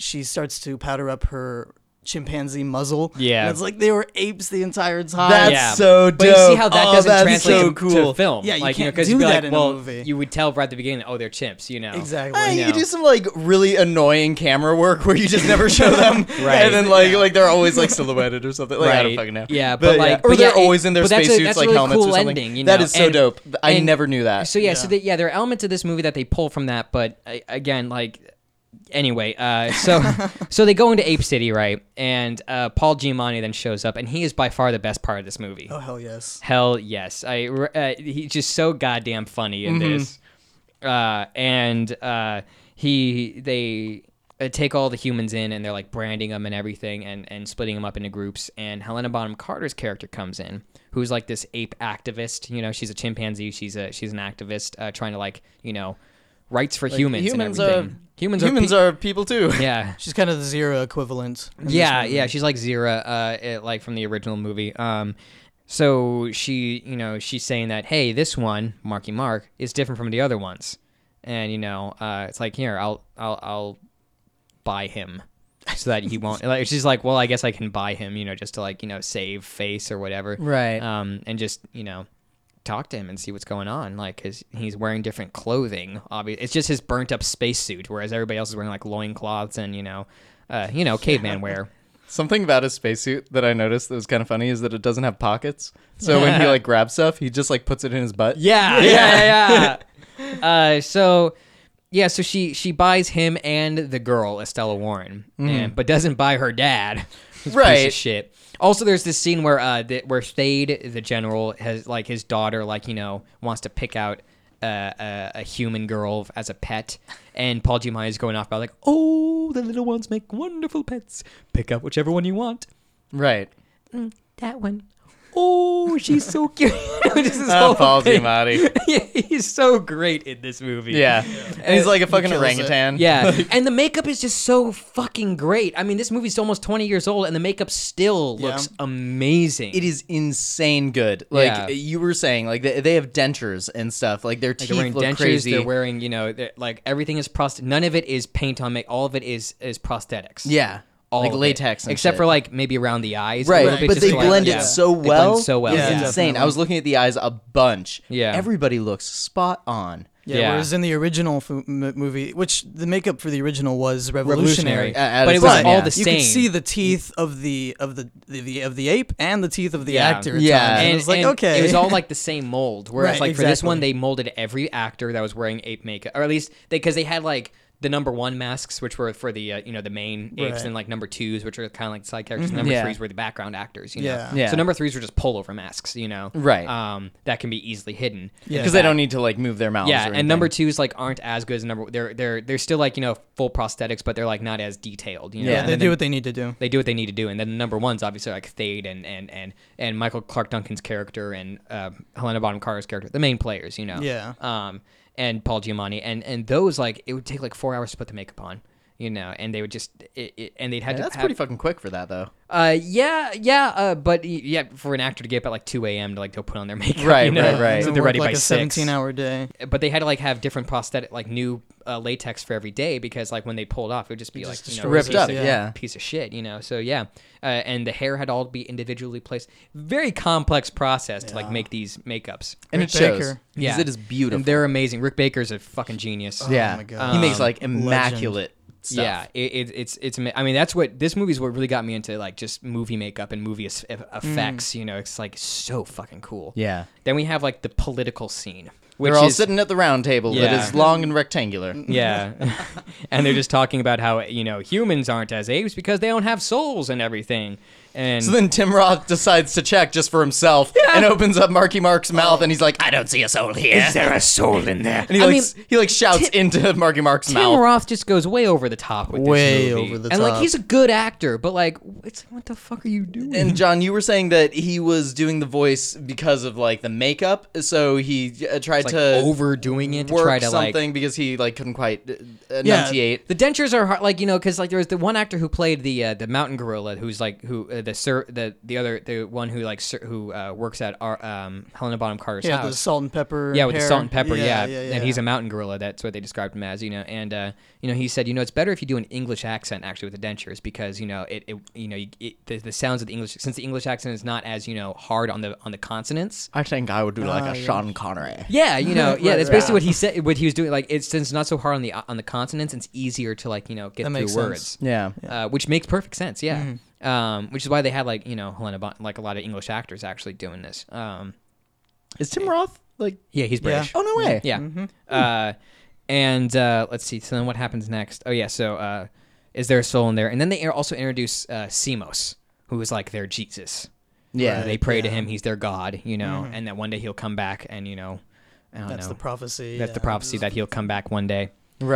D: she starts to powder up her chimpanzee muzzle.
A: Yeah.
D: And it's like they were apes the entire time.
C: That's
A: yeah.
C: so
A: But you see
C: dope.
A: how that
C: Oh,
A: doesn't
C: that's
A: translate
C: so
A: to-
C: cool.
A: to film.
D: Yeah, you
A: like,
D: can't
A: know, 'cause
D: do
A: you'd be
D: that
A: like,
D: in a
A: well,
D: movie.
A: You would tell right at the beginning, oh, they're chimps, you know.
D: Exactly.
C: Ah, you
A: know.
C: do some like really annoying camera work where you just never show them,
A: Right.
C: And then like like they're always like silhouetted or something. Like, I don't
A: Right.
C: fucking know.
A: Yeah, but, like-
C: or
A: but
C: they're
A: yeah, it-
C: always in their
A: but that's a-
C: spacesuits,
A: that's a
C: like
A: really
C: helmets
A: cool
C: or something.
A: ending, you
C: That
A: know,
C: is so
A: and-
C: dope. I
A: and-
C: never knew that.
A: So yeah, so that yeah, there are elements of this movie that they pull from that, but uh, again, like anyway, uh, so so they go into Ape City, right? And uh, Paul Giamatti then shows up, and he is by far the best part of this movie.
D: Oh hell yes.
A: Hell yes, I re- uh, he's just so goddamn funny in
C: Mm-hmm.
A: this, uh, and uh, he they. uh, Take all the humans in, and they're like branding them and everything, and and splitting them up into groups. And Helena Bonham Carter's character comes in, who's like this ape activist. You know, she's a chimpanzee. She's a she's an activist uh, trying to like you know, rights for humans.
C: humans
A: and
C: are-
A: everything. humans are
C: humans
A: pe-
C: are people too.
A: yeah
D: She's kind of the zero equivalent. in this
A: yeah
D: movie.
A: yeah she's like zira uh it, like from the original movie um so she you know she's saying that hey this one marky mark is different from the other ones and you know uh it's like here i'll i'll i'll buy him so that he won't like she's like well i guess i can buy him you know just to like you know save face or whatever
D: Right.
A: um and just you know talk to him and see what's going on like his he's wearing different clothing obviously it's just his burnt up spacesuit whereas everybody else is wearing like loincloths and you know uh you know caveman wear
C: Something about his spacesuit that I noticed that was kind of funny is that it doesn't have pockets. So when he like grabs stuff, he just like puts it in his butt.
A: Yeah, yeah, yeah. uh, so yeah, so she she buys him and the girl Estella Warren, and, but doesn't buy her dad. This Piece
C: Mm. Right.
A: of shit. Also, there's this scene where uh th- where Thade the general has like his daughter like you know wants to pick out. Uh, a, a human girl as a pet, and Paul Giamatti is going off about like, "Oh, the little ones make wonderful pets. Pick out whichever one you want."
C: Right.
A: That one. Oh, she's so cute. Just this
C: Oh,
A: whole
C: Paul
A: thing.
C: Giamatti.
A: Yeah, he's so great in this movie.
C: Yeah. And he's like a fucking
D: kills it.
C: orangutan.
A: Yeah. and the makeup is just so fucking great. I mean, this movie's almost 20 years old and the makeup still
D: Yeah.
A: looks amazing.
C: It is insane good. Like
A: Yeah.
C: you were saying, like they, they have dentures and stuff. Like their
A: Like,
C: teeth
A: they're wearing
C: look
A: dentures,
C: crazy.
A: they're wearing, you know, they're- like everything is prosthetic. None of it is paint on make. All of it is is prosthetics.
C: yeah.
A: All
C: like
A: of it.
C: latex and
A: except
C: shit.
A: for like maybe around the eyes. a
C: right,
A: little bit,
C: but
A: just
C: they
A: to, like,
C: blend
A: yeah.
C: it so
A: They blend
C: well.
A: so well.
D: Yeah.
C: it's
A: yeah.
C: insane. I was looking at the eyes a bunch.
A: Yeah.
C: everybody looks spot on.
D: Yeah,
A: Yeah.
D: Whereas in the original fu- m- movie, which the makeup for the original was
A: Revolutionary,
D: revolutionary,
C: Uh, at
A: but
C: its
A: it was
C: time,
A: all
C: yeah.
A: the
D: you
A: same.
D: could see the teeth of the of the, the, the of the ape and the teeth of the
A: Yeah.
D: actor. At
C: Yeah.
D: times. and, it was like
A: and
D: okay,
A: It was all like the same mold. Whereas
D: Right,
A: like for this
D: exactly.
A: one, they molded every actor that was wearing ape makeup, or at least they because they had like the number one masks, which were for the uh, you know the main apes,
D: Right. Mm-hmm.
A: and like number twos, which are kind of like side characters. and Number
C: Yeah.
A: threes were the background actors. You know?
D: Yeah.
C: Yeah.
A: So number threes were just pullover masks. You know.
C: Right.
A: Um, that can be easily hidden.
D: Yeah.
C: because they don't need to like move their mouths. or
A: Yeah,
C: anything.
A: and number twos like aren't as good as number. They're they're they're still like you know full prosthetics, but they're like not as detailed. You know?
C: Yeah,
A: And
D: they
A: then
D: do what they need to do.
A: they do what they need to do. And then the number one's obviously like Thade and and and, and Michael Clark Duncan's character and uh, Helena Bonham Carter's character, the main players, you know.
D: Yeah.
A: Um, and Paul Giamatti and and those like it would take like four hours to put the makeup on. You know, and they would just, it, it, and they'd had
C: Yeah,
A: to.
C: that's
A: have-
C: pretty fucking quick for that though.
A: Uh, yeah, yeah, uh, but y- yeah, for an actor to get up at like two a.m. to like go put on their makeup,
C: Right,
A: you know,
C: right, right.
D: And
A: So
D: then
A: they're
D: work
A: ready
D: like
A: by
D: a
A: six.
D: seventeen-hour day.
A: But they had to like have different prosthetic, like new uh, latex for every day because like when they pulled off, it would just be like you know,
C: ripped
A: piece of
C: up, yeah.
A: piece of shit, you know. So yeah, uh, and the hair had all be individually placed. Very complex process to like make these makeups.
C: And
D: Rick
C: it shows.
D: Baker.
A: Yeah,
C: because it is beautiful. Oh,
A: And they're amazing. Rick Baker's a fucking genius.
C: yeah,
D: Oh my God.
C: he makes
A: Um,
C: like immaculate stuff.
A: Yeah, it, it, it's it's. ama- I mean, that's what this movie's what really got me into like just movie makeup and movie es- eff- effects. You know, it's like so fucking cool.
C: Mm. yeah.
A: Then we have like the political scene, which
C: They're all
A: is
C: sitting at the round table
A: Yeah.
C: that is long and rectangular.
A: Yeah. and they're just talking about how, you know, humans aren't as apes because they don't have souls and everything. And
C: So then Tim Roth decides to check just for himself and opens up Marky Mark's mouth and he's like, I don't see a soul here. Is there a soul in there? And he,
A: I
C: like,
A: mean,
C: s- he like shouts into Marky Mark's
A: Tim
C: mouth.
A: Roth just goes way over the top with
D: Way
A: this movie.
D: over the
A: And like
D: top.
A: he's a good actor, but like it's like, what the fuck are you doing?
C: And John, you were saying that he was doing the voice because of like the makeup, so he uh, tried
A: like
C: to
A: overdoing it to
C: work
A: try to like
C: something because he like couldn't quite uh, enunciate.
A: The dentures are hard, like you know, because like there was the one actor who played the uh, the mountain gorilla, who's like who uh, the sir, the the other the one who like ser- who uh, works at our um, Helena Bonham Carter's
D: Yeah, the
A: house.
D: salt and pepper.
A: yeah, with the
D: hair.
A: salt and pepper. Yeah,
D: yeah,
A: and he's a mountain gorilla. That's what they described him as. You know, and uh, you know he said, you know, it's better if you do an English accent actually with the dentures because you know it, it you know you, it, the, the sounds of the English since the English accent is not as you know hard on the on the consonants.
C: I think I would do
A: Ah,
C: like a Sean Connery.
A: Yeah, you know, yeah, that's basically
D: right.
A: what he said. What he was doing, like it's since it's not so hard on the on the consonants, it's easier to like you know get
D: That
A: through
D: makes sense. Mm-hmm.
A: words
C: Yeah.
A: uh, which makes perfect sense. Yeah, um, which is why they had like you know Helena bon- like a lot of English actors actually doing this. Um,
C: Is Tim Roth like?
A: yeah, he's British.
C: Oh no way.
A: Yeah. Uh, and uh, let's see. So then what happens next? Oh yeah. So uh, is there a soul in there? And then they also introduce uh, Simos, who is like their Jesus. Uh,
C: Yeah. Mm-hmm.
A: they pray to him. He's their God. You know, and that one day he'll come back, and you know, I don't
D: That's
A: know.
D: the prophecy.
A: that's the
D: yeah.
A: prophecy uh, that he'll come back one day.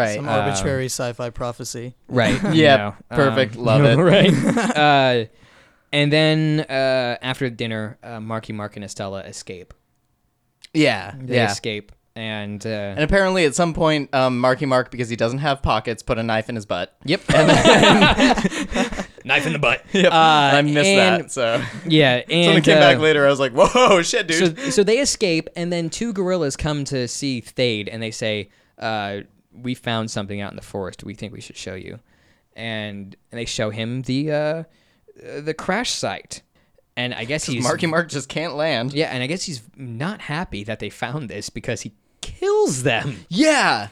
C: Right. Uh,
D: Some arbitrary sci-fi prophecy.
A: Right. you
C: Yep,
A: know, um,
C: perfect, love it.
A: Right. uh, and then uh, after dinner, uh, Marky Mark and Estella escape.
C: yeah.
A: They
C: Yeah.
A: escape. And, uh,
C: And apparently, at some point, um, Marky Mark, because he doesn't have pockets, put a knife in his butt.
A: yep. Knife in the butt.
C: Yep. I missed
A: and-
C: that. So
A: Yeah. And
C: when it came
A: uh,
C: back later, I was like, "Whoa, shit, dude!"
A: so, so they escape, and then two gorillas come to see Thade, and they say, uh, "We found something out in the forest. We think we should show you." And, and they show him the uh, uh, the crash site, and I guess he's
C: Marky Mark just can't land.
A: Yeah, and I guess he's not happy that they found this because he kills them.
C: Yeah.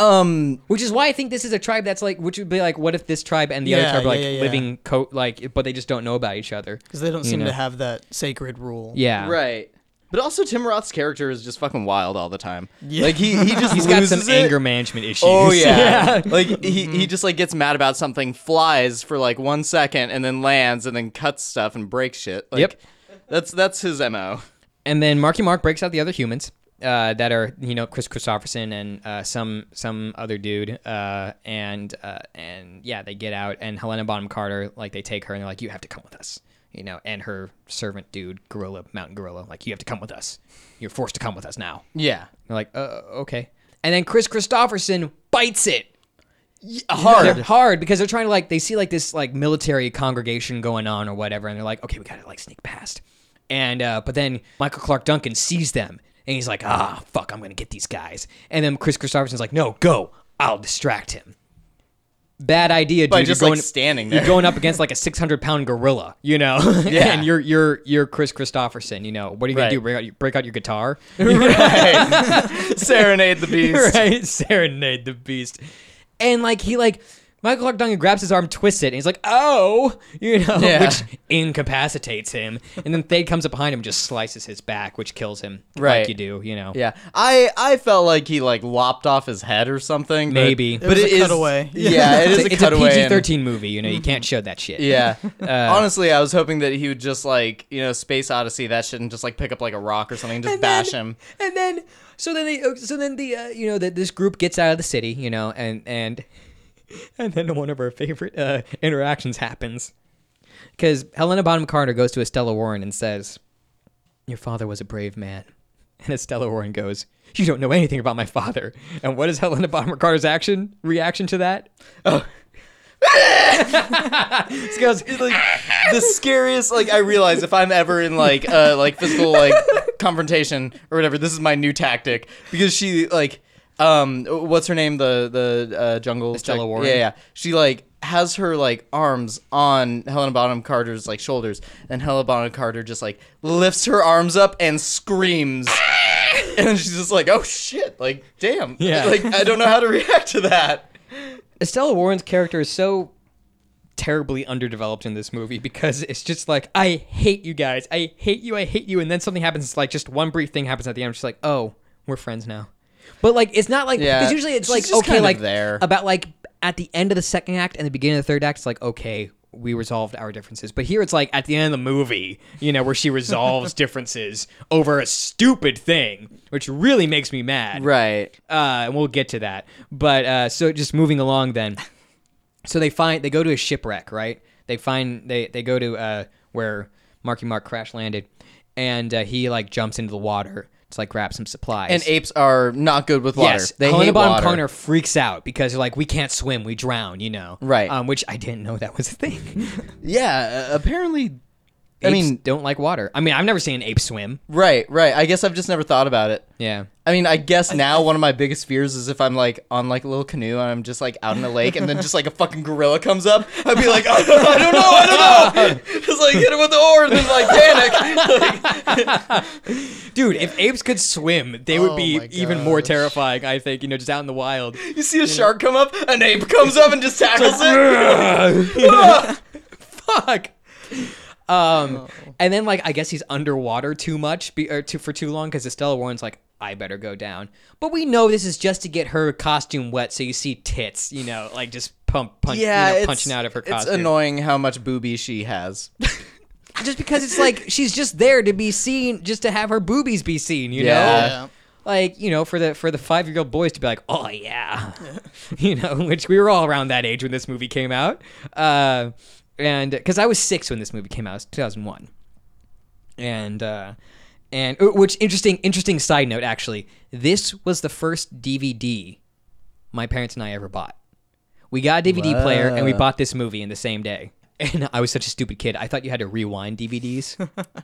C: Um.
A: Which is why I think this is a tribe that's like, which would be like, what if this tribe and the
D: Yeah,
A: other tribe are like
D: yeah, yeah, yeah.
A: living co like, but they just don't know about each other.
D: Because they don't
A: You
D: seem
A: know.
D: to have that sacred rule.
A: Yeah,
C: Right. But also, Tim Roth's character is just fucking wild all the time.
D: Yeah.
C: Like he he just
A: He's got
C: loses
A: some
C: it.
A: anger management issues. Mm-hmm.
C: Oh yeah. Like he, he just like gets mad about something, flies for like one second, and then lands, and then cuts stuff and breaks shit. Like,
A: Yep.
C: That's that's his mo.
A: and then Marky Mark breaks out the other humans uh, that are you know Chris Christopherson and uh, some some other dude, uh, and uh, and yeah, they get out and Helena Bonham Carter like they take her and they're like, you have to come with us, you know, and her servant dude, gorilla, mountain gorilla, like you have to come with us. You're forced to come with us now.
C: Yeah.
A: They're like, uh, okay. And then Chris Christopherson bites it
C: Hard.
A: they're hard because they're trying to like they see like this like military congregation going on or whatever, and they're like, okay, we gotta like sneak past. And uh, but then Michael Clark Duncan sees them, and he's like, ah, fuck, I'm gonna get these guys. And then Chris Christopherson's like, no, go, I'll distract him. Bad idea, dude.
C: By
A: You're
C: just
A: going,
C: like standing
A: you're
C: there.
A: going up against like a 600 pound gorilla, you know,
C: Yeah.
A: and you're you're you're Chris Christopherson, you know. What are you gonna
C: Right.
A: do? Break out, your- break out your guitar?
C: Serenade the beast.
A: right? Serenade the beast. And like he like Michael Clark Duncan grabs his arm, twists it, and he's like, "Oh," you know,
C: Yeah.
A: which incapacitates him. And then Thade comes up behind him, and just slices his back, which kills him,
C: Right.
A: Like you do, you know.
C: Yeah, I I felt like he like lopped off his head or something. but-
A: Maybe. It
C: but
D: was
C: it
D: a
C: is-
D: cutaway.
C: Yeah, it
A: It's
C: is
A: a,
C: a
A: it's a
C: cutaway. and- Mm-hmm.
A: PG-13 movie, you know. You can't show that shit.
C: Yeah. Uh, Honestly, I was hoping that he would just like you know Space Odyssey that shit and just like pick up like a rock or something and just bash
A: then,
C: him.
A: And then, so then they, so then the, uh, you know, that this group gets out of the city, you know, and and and then one of our favorite uh, interactions happens because Helena Bonham Carter goes to Estella Warren and says, "Your father was a brave man," and Estella Warren goes. You don't know anything about my father. And what is Helena Bonham Carter's action reaction to that? Oh.
C: This guy's he's, like the scariest. Like I realize if I'm ever in like uh like physical like confrontation or whatever, this is my new tactic because she like um what's her name the the uh, jungle
A: Estella
C: chick?
A: Warren.
C: Yeah, yeah. She like has her like arms on Helen Bonham Carter's like shoulders, and Helen Bonham Carter just like lifts her arms up and screams. And she's just like, "Oh shit! Like, damn!
A: Yeah.
C: Like, I don't know how to react to that."
A: Estella Warren's character is so terribly underdeveloped in this movie because it's just like I hate you guys, I hate you, I hate you, and then something happens. It's like just one brief thing happens at the end. She's like, oh, we're friends now. But like, it's not like
C: Yeah.
A: because usually it's
C: She's
A: like
C: just
A: okay,
C: kind of
A: like
C: there.
A: about like at the end of the second act and the beginning of the third act. It's like okay. We resolved our differences, but here it's like at the end of the movie, you know, where she resolves differences over a stupid thing, which really makes me mad
C: Right.
A: uh, and we'll get to that. But uh, so just moving along then. So they find they go to a shipwreck, right? They find they they go to uh, where Marky Mark crash landed, and uh, he like jumps into the water to like grab some supplies.
C: And apes are not good with water.
A: Yes,
C: they
A: Helena
C: hate
A: Bonham
C: water.
A: Carter freaks out because they're like, we can't swim, we drown, you know.
C: Right.
A: Um, which I didn't know that was a thing.
C: Yeah, uh, apparently. I
A: Apes
C: mean,
A: don't like water. I mean, I've never seen an ape swim.
C: right, right. I guess I've just never thought about it.
A: Yeah.
C: I mean, I guess now one of my biggest fears is if I'm like on like a little canoe and I'm just like out in the lake and then just like a fucking gorilla comes up, I'd be like, "Oh, I don't, I don't know, I don't know. Just like hit him with the oar and then like panic.
A: Dude, if apes could swim, they would
D: Oh
A: be
D: my
A: even more
D: gosh.
A: terrifying, I think, you know, just out in the wild.
C: You see a shark come up, an ape comes up and just tackles it.
A: Fuck. Um,
C: Oh.
A: and then like I guess he's underwater too much be, or too, for too long because Estella Warren's like, I better go down. But we know this is just to get her costume wet, so you see tits, you know, like just pump, punch, you know,
C: it's-
A: punching out of her
C: It's
A: costume.
C: annoying how much booby she has.
A: just because it's like she's just there to be seen, just to have her boobies be seen, you
C: Yeah.
A: know.
D: Yeah.
A: Like you know, for the for the five year old boys to be like, oh yeah, you know, which we were all around that age when this movie came out, uh, and because I was six when this movie came out, it was two thousand one, and uh, and which interesting interesting side note actually, this was the first DVD my parents and I ever bought. We got a DVD player and we bought this movie in the same day. And I was such a stupid kid. I thought you had to rewind DVDs.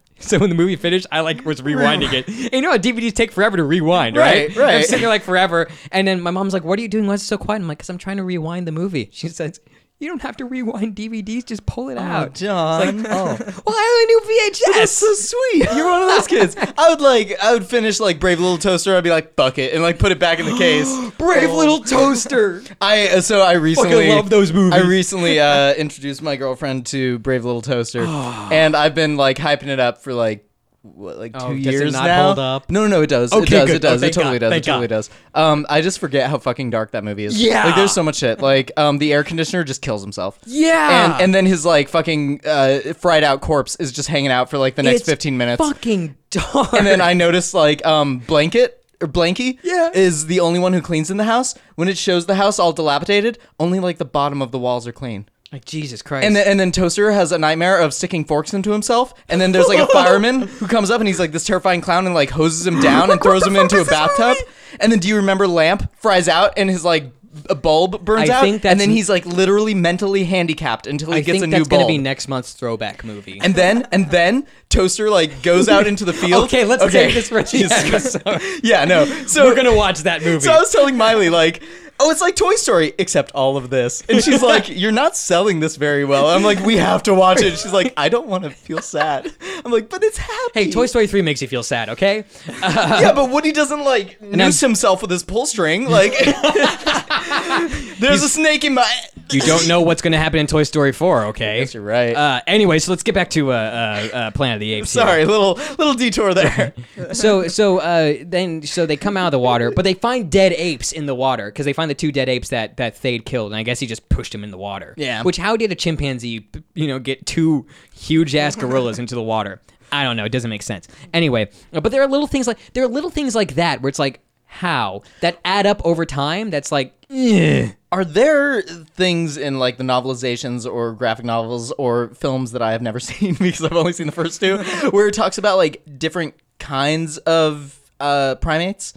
A: so when the movie finished, I like was rewinding it. And you know how DVDs take forever to rewind, right?
C: Right, right.
A: I'm sitting there like forever. And then my mom's like, "What are you doing? Why is it so quiet?" I'm like, "Cause I'm trying to rewind the movie." She says, "You don't have to rewind DVDs. Just pull it out."
C: Oh, John. Oh.
A: Well, I only knew VHS.
C: That's so sweet. You're one of those kids. I would like, I would finish like Brave Little Toaster. I'd be like, fuck it, and like put it back in the case.
A: Brave little toaster.
C: I uh, so I recently
A: love those movies.
C: I recently uh, introduced my girlfriend to Brave Little Toaster, and I've been like hyping it up for like what, like two
A: Oh, does it
C: years
A: not
C: now.
A: hold up?
C: No, no, no, it does. it
A: Okay,
C: does.
A: good.
C: It does.
A: Oh, thank
C: it totally
A: God,
C: does.
A: thank
C: it totally
A: God.
C: does. Um, I just forget how fucking dark that movie is.
A: Yeah.
C: like there's so much shit. Like um, the air conditioner just kills himself.
A: Yeah.
C: and and then his like fucking uh, fried out corpse is just hanging out for like the next
A: It's
C: 15 minutes.
A: Fucking dark.
C: And then I noticed like um blanket or blankie
A: Yeah.
C: is the only one who cleans in the house. When it shows the house all dilapidated, only like the bottom of the walls are clean.
A: like Jesus Christ.
C: And then, and then Toaster has a nightmare of sticking forks into himself. And then there's like a fireman who comes up and he's like this terrifying clown and like hoses him down and throws him into a bathtub. And then do you remember Lamp fries out and his like a bulb burns
A: I
C: out?
A: think
C: and
A: that's-
C: then he's like literally mentally handicapped until he
A: I
C: gets
A: think
C: a new
A: that's
C: bulb.
A: gonna be next month's throwback movie.
C: And then and then Toaster like goes out into the field.
A: Okay, let's
C: Okay.
A: take this for the
C: Jesus Christ.
A: episode.
C: Yeah, no. So
A: We're gonna watch that movie.
C: So I was telling Miley like, "Oh, it's like Toy Story except all of this." And she's like, "You're not selling this very well." I'm like, "We have to watch it." She's like, "I don't want to feel sad." I'm like, "But it's happy."
A: hey, Toy Story 3 makes you feel sad, okay?
C: Yeah, but Woody doesn't like noose
A: I'm-
C: himself with his pull string. Like, there's a snake in my.
A: You don't know what's gonna happen in Toy Story 4, okay?
C: Yes, you're right.
A: Uh, anyway, so let's get back to uh, uh, uh, Planet of the Apes. here.
C: Sorry, little little detour there.
A: So, so uh, then, so they come out of the water, but they find dead apes in the water because they find the two dead apes that that Thade killed, and I guess he just pushed them in the water.
C: Yeah.
A: Which, how did a chimpanzee, you know, get two huge ass gorillas into the water? I don't know. It doesn't make sense. Anyway, but there are little things like there are little things like that where it's like how that add up over time. That's like. eh.
C: Are there things in like the novelizations or graphic novels or films that I have never seen because I've only seen the first two where it talks about like different kinds of uh, primates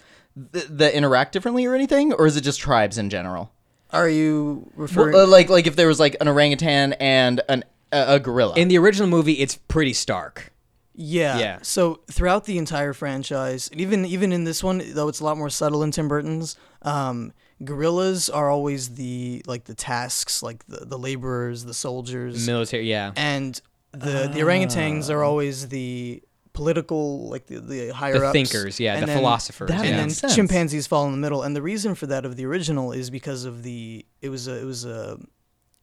C: th- that interact differently or anything, or is it just tribes in general?
D: Are you referring?
C: Well, uh, like like if there was like an orangutan and an uh, a a gorilla.
A: In the original movie, it's pretty stark.
D: yeah.
A: yeah.
D: So throughout the entire franchise, and even even in this one, though it's a lot more subtle in Tim Burton's, um, gorillas are always the like the tasks, like the the laborers, the soldiers,
A: Military, yeah.
D: and the the orangutans are always the political, like the, the higher ups,
A: thinkers, yeah,
D: and
A: Ah. the
D: then-
A: philosophers,
C: That
A: yeah.
D: and then
C: makes sense.
D: chimpanzees fall in the middle. And the reason for that of the original is because of the it was a it was a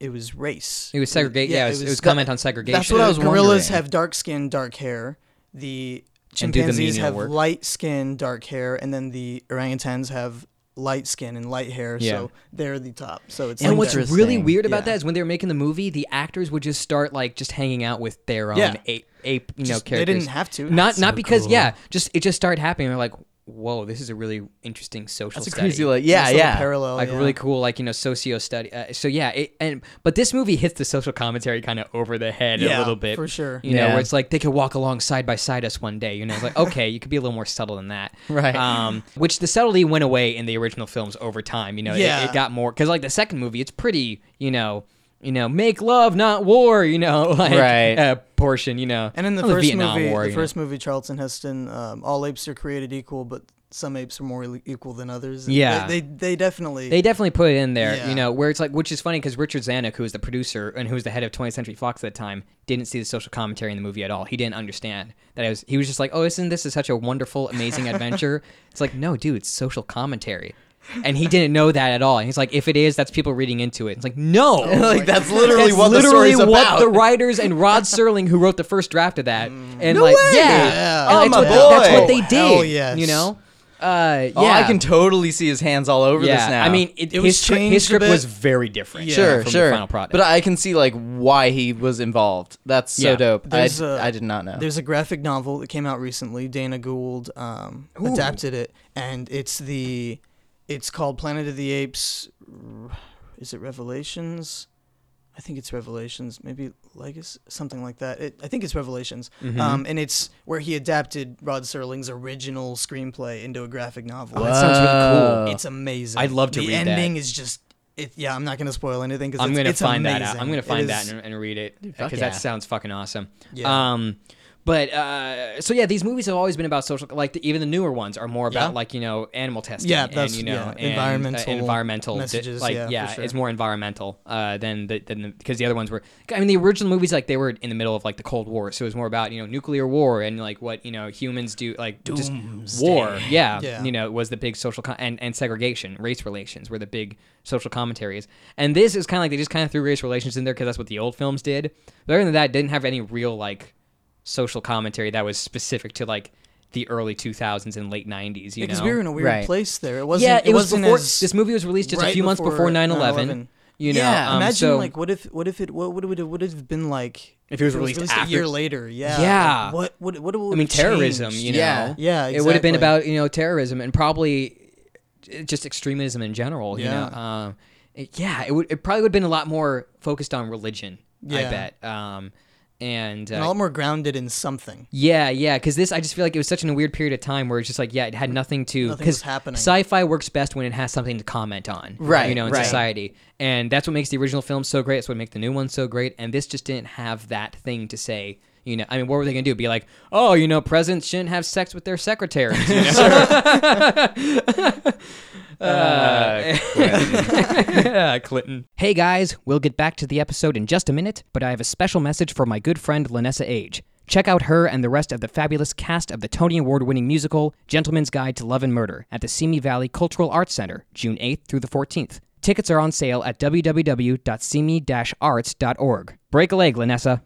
D: it was race.
A: It was segregate. Yeah, it was, it was comment on segregation.
C: that's what I was
D: gorillas
C: wondering.
D: have dark skin, dark hair. The
A: And do the
D: chimpanzees
A: menial
D: have
A: work.
D: light skin, dark hair, and then the orangutans have light skin and light hair.
A: Yeah.
D: So they're the top. So it's
A: And
D: like
A: what's
D: that.
A: really
C: Interesting.
A: weird about
D: Yeah.
A: that is when they were making the movie, the actors would just start like just hanging out with their own
C: Yeah.
A: ape, ape you know,
D: Just- they
A: characters.
D: didn't have to.
A: Not
D: That's
A: not because yeah, just it just started happening. They're like, whoa, this is a really interesting social
C: That's a
A: study.
C: crazy, like, yeah,
D: Nice little
C: yeah.
D: Parallel.
A: like
D: yeah.
A: really cool, like you know, socio study. Uh, so yeah, it, and but this movie hits the social commentary kind of over the head a
D: Yeah,
A: little bit,
D: for sure.
A: You know,
C: Yeah.
A: where it's like they could walk along side by side us one day. You know, it's like okay, you could be a little more subtle than that,
C: Right.
A: Um, which the subtlety went away in the original films over time. You know, It-
D: Yeah.
A: it, got more because like the second movie, it's pretty, you know. You know, make love, not war. You know, like
C: Right.
A: uh, portion. You know,
D: And in the
A: Well,
D: first
A: Vietnam
D: movie,
A: War,
D: the
A: you know.
D: first movie, Charlton Heston, um, all apes are created equal, but some apes are more equal than others. And
A: Yeah.
D: they they, they definitely
A: They definitely put it in there,
D: Yeah.
A: you know, where it's like, which is funny because Richard Zanuck, who was the producer and who was the head of 20th Century Fox at the time, didn't see the social commentary in the movie at all. He didn't understand that it was. He was just like, "Oh, isn't this such a wonderful, amazing adventure?" it's like, no, dude, it's social commentary, and he didn't know that at all. And he's like, "If it is, that's people reading into it." It's like, no,
C: like that's literally
A: Oh that's
C: what
A: literally
C: the story's
A: what
C: about.
A: the writers and Rod Serling, who wrote the first draft of that, and like,
C: way!
A: yeah, Oh Mm.
D: Yeah.
A: and
C: I'm
A: that's,
C: a
A: what, that's
C: boy.
A: what they did.
D: Hell yes.
A: You know. Uh, yeah,
C: Oh, I can totally see his hands all over this now.
A: I mean, it,
D: It
A: his,
D: was
A: scri-
D: changed
A: his
D: a
A: script
D: bit.
A: was very different.
D: Yeah.
C: sure,
A: from
C: sure.
A: The final product.
D: uh,
C: But I can see like why he was involved. That's so
A: Yeah.
C: dope. I,
D: There's a-
C: I did not know.
D: There's a graphic novel that came out recently. Dana Gould um, adapted it, and it's the it's called Planet of the Apes. Is it Revelations? I think it's Revelations, maybe Legacy, something like that. It, I think it's Revelations,
A: Mm-hmm.
D: um, and it's where he adapted Rod Serling's original screenplay into a graphic novel.
A: Oh, that sounds really cool.
D: It's amazing.
A: I'd love to
D: the
A: read that.
D: ending is just. It, yeah, I'm not gonna spoil anything because
A: I'm
D: it's,
A: gonna
D: it's
A: find that out.
D: amazing.
A: I'm gonna
D: It
A: find that
D: is-
A: and, and read it
C: fuck
A: because
C: yeah.
A: that sounds fucking awesome.
D: Yeah.
A: Um, but uh, so yeah, these movies have always been about social. Like the, even the newer ones are more about
D: Yeah.
A: like you know animal testing.
D: Yeah,
A: and,
D: that's-
A: you know
D: yeah,
A: and, uh,
D: environmental
A: environmental di-
D: messages,
A: like
D: yeah, for sure.
A: it's more environmental uh, than the than because the, other ones were. I mean, the original movies like they were in the middle of like the Cold War, so it was more about you know nuclear war and like what you know humans do like just war. Yeah,
D: Yeah.
A: you know, was the big social con- and and segregation, race relations were the big social commentaries. And this is kind of like they just kind of threw race relations in there because that's what the old films did. But other than that, it didn't have any real like social commentary that was specific to like the early 2000s and late 90s. You
D: because
A: know,
D: we were in a weird
C: Right.
D: place there. It wasn't.
A: yeah, it, was
D: wasn't
A: before
D: as-
A: this movie was released just a
D: right
A: few months before
D: before
A: 9/11.
D: 9/11.
A: You know,
C: Yeah,
A: um,
D: Imagine
A: so-
D: like what if what if it what would it would it have been like
A: If it was released
D: a
A: after-
D: year later? Yeah.
A: Yeah.
D: Like, what would what would
A: I mean, terrorism. You know,
C: Yeah.
D: Yeah,
A: it would have been
D: exactly.
A: about you know terrorism and probably eh, just extremism in general. You know,
D: Yeah.
A: um, it- yeah, it would. It probably would have been a lot more focused on religion. I
D: Yeah.
A: bet. Um, and, uh,
D: a lot more grounded in something.
A: yeah, yeah, because this I just feel like it was such in a weird period of time where it's just like yeah, it had nothing to
D: Nothing was happening.
A: Sci-fi works best when it has something to comment on,
C: Right,
A: You know, in
C: right.
A: society, and that's what makes the original film so great. That's what makes the new one so great. And this just didn't have that thing to say. You know, I mean, what were they gonna do? Be like, oh, you know, presidents shouldn't have sex with their secretaries. You know? Clinton. Hey guys, we'll get back to the episode in just a minute, but I have a special message for my good friend Lanessa Age. Check out her and the rest of the fabulous cast of the Tony Award winning musical Gentleman's Guide to Love and Murder at the Simi Valley Cultural Arts Center, June 8th through the 14th. Tickets are on sale at www.simi-arts.org. Break a leg, Lanessa.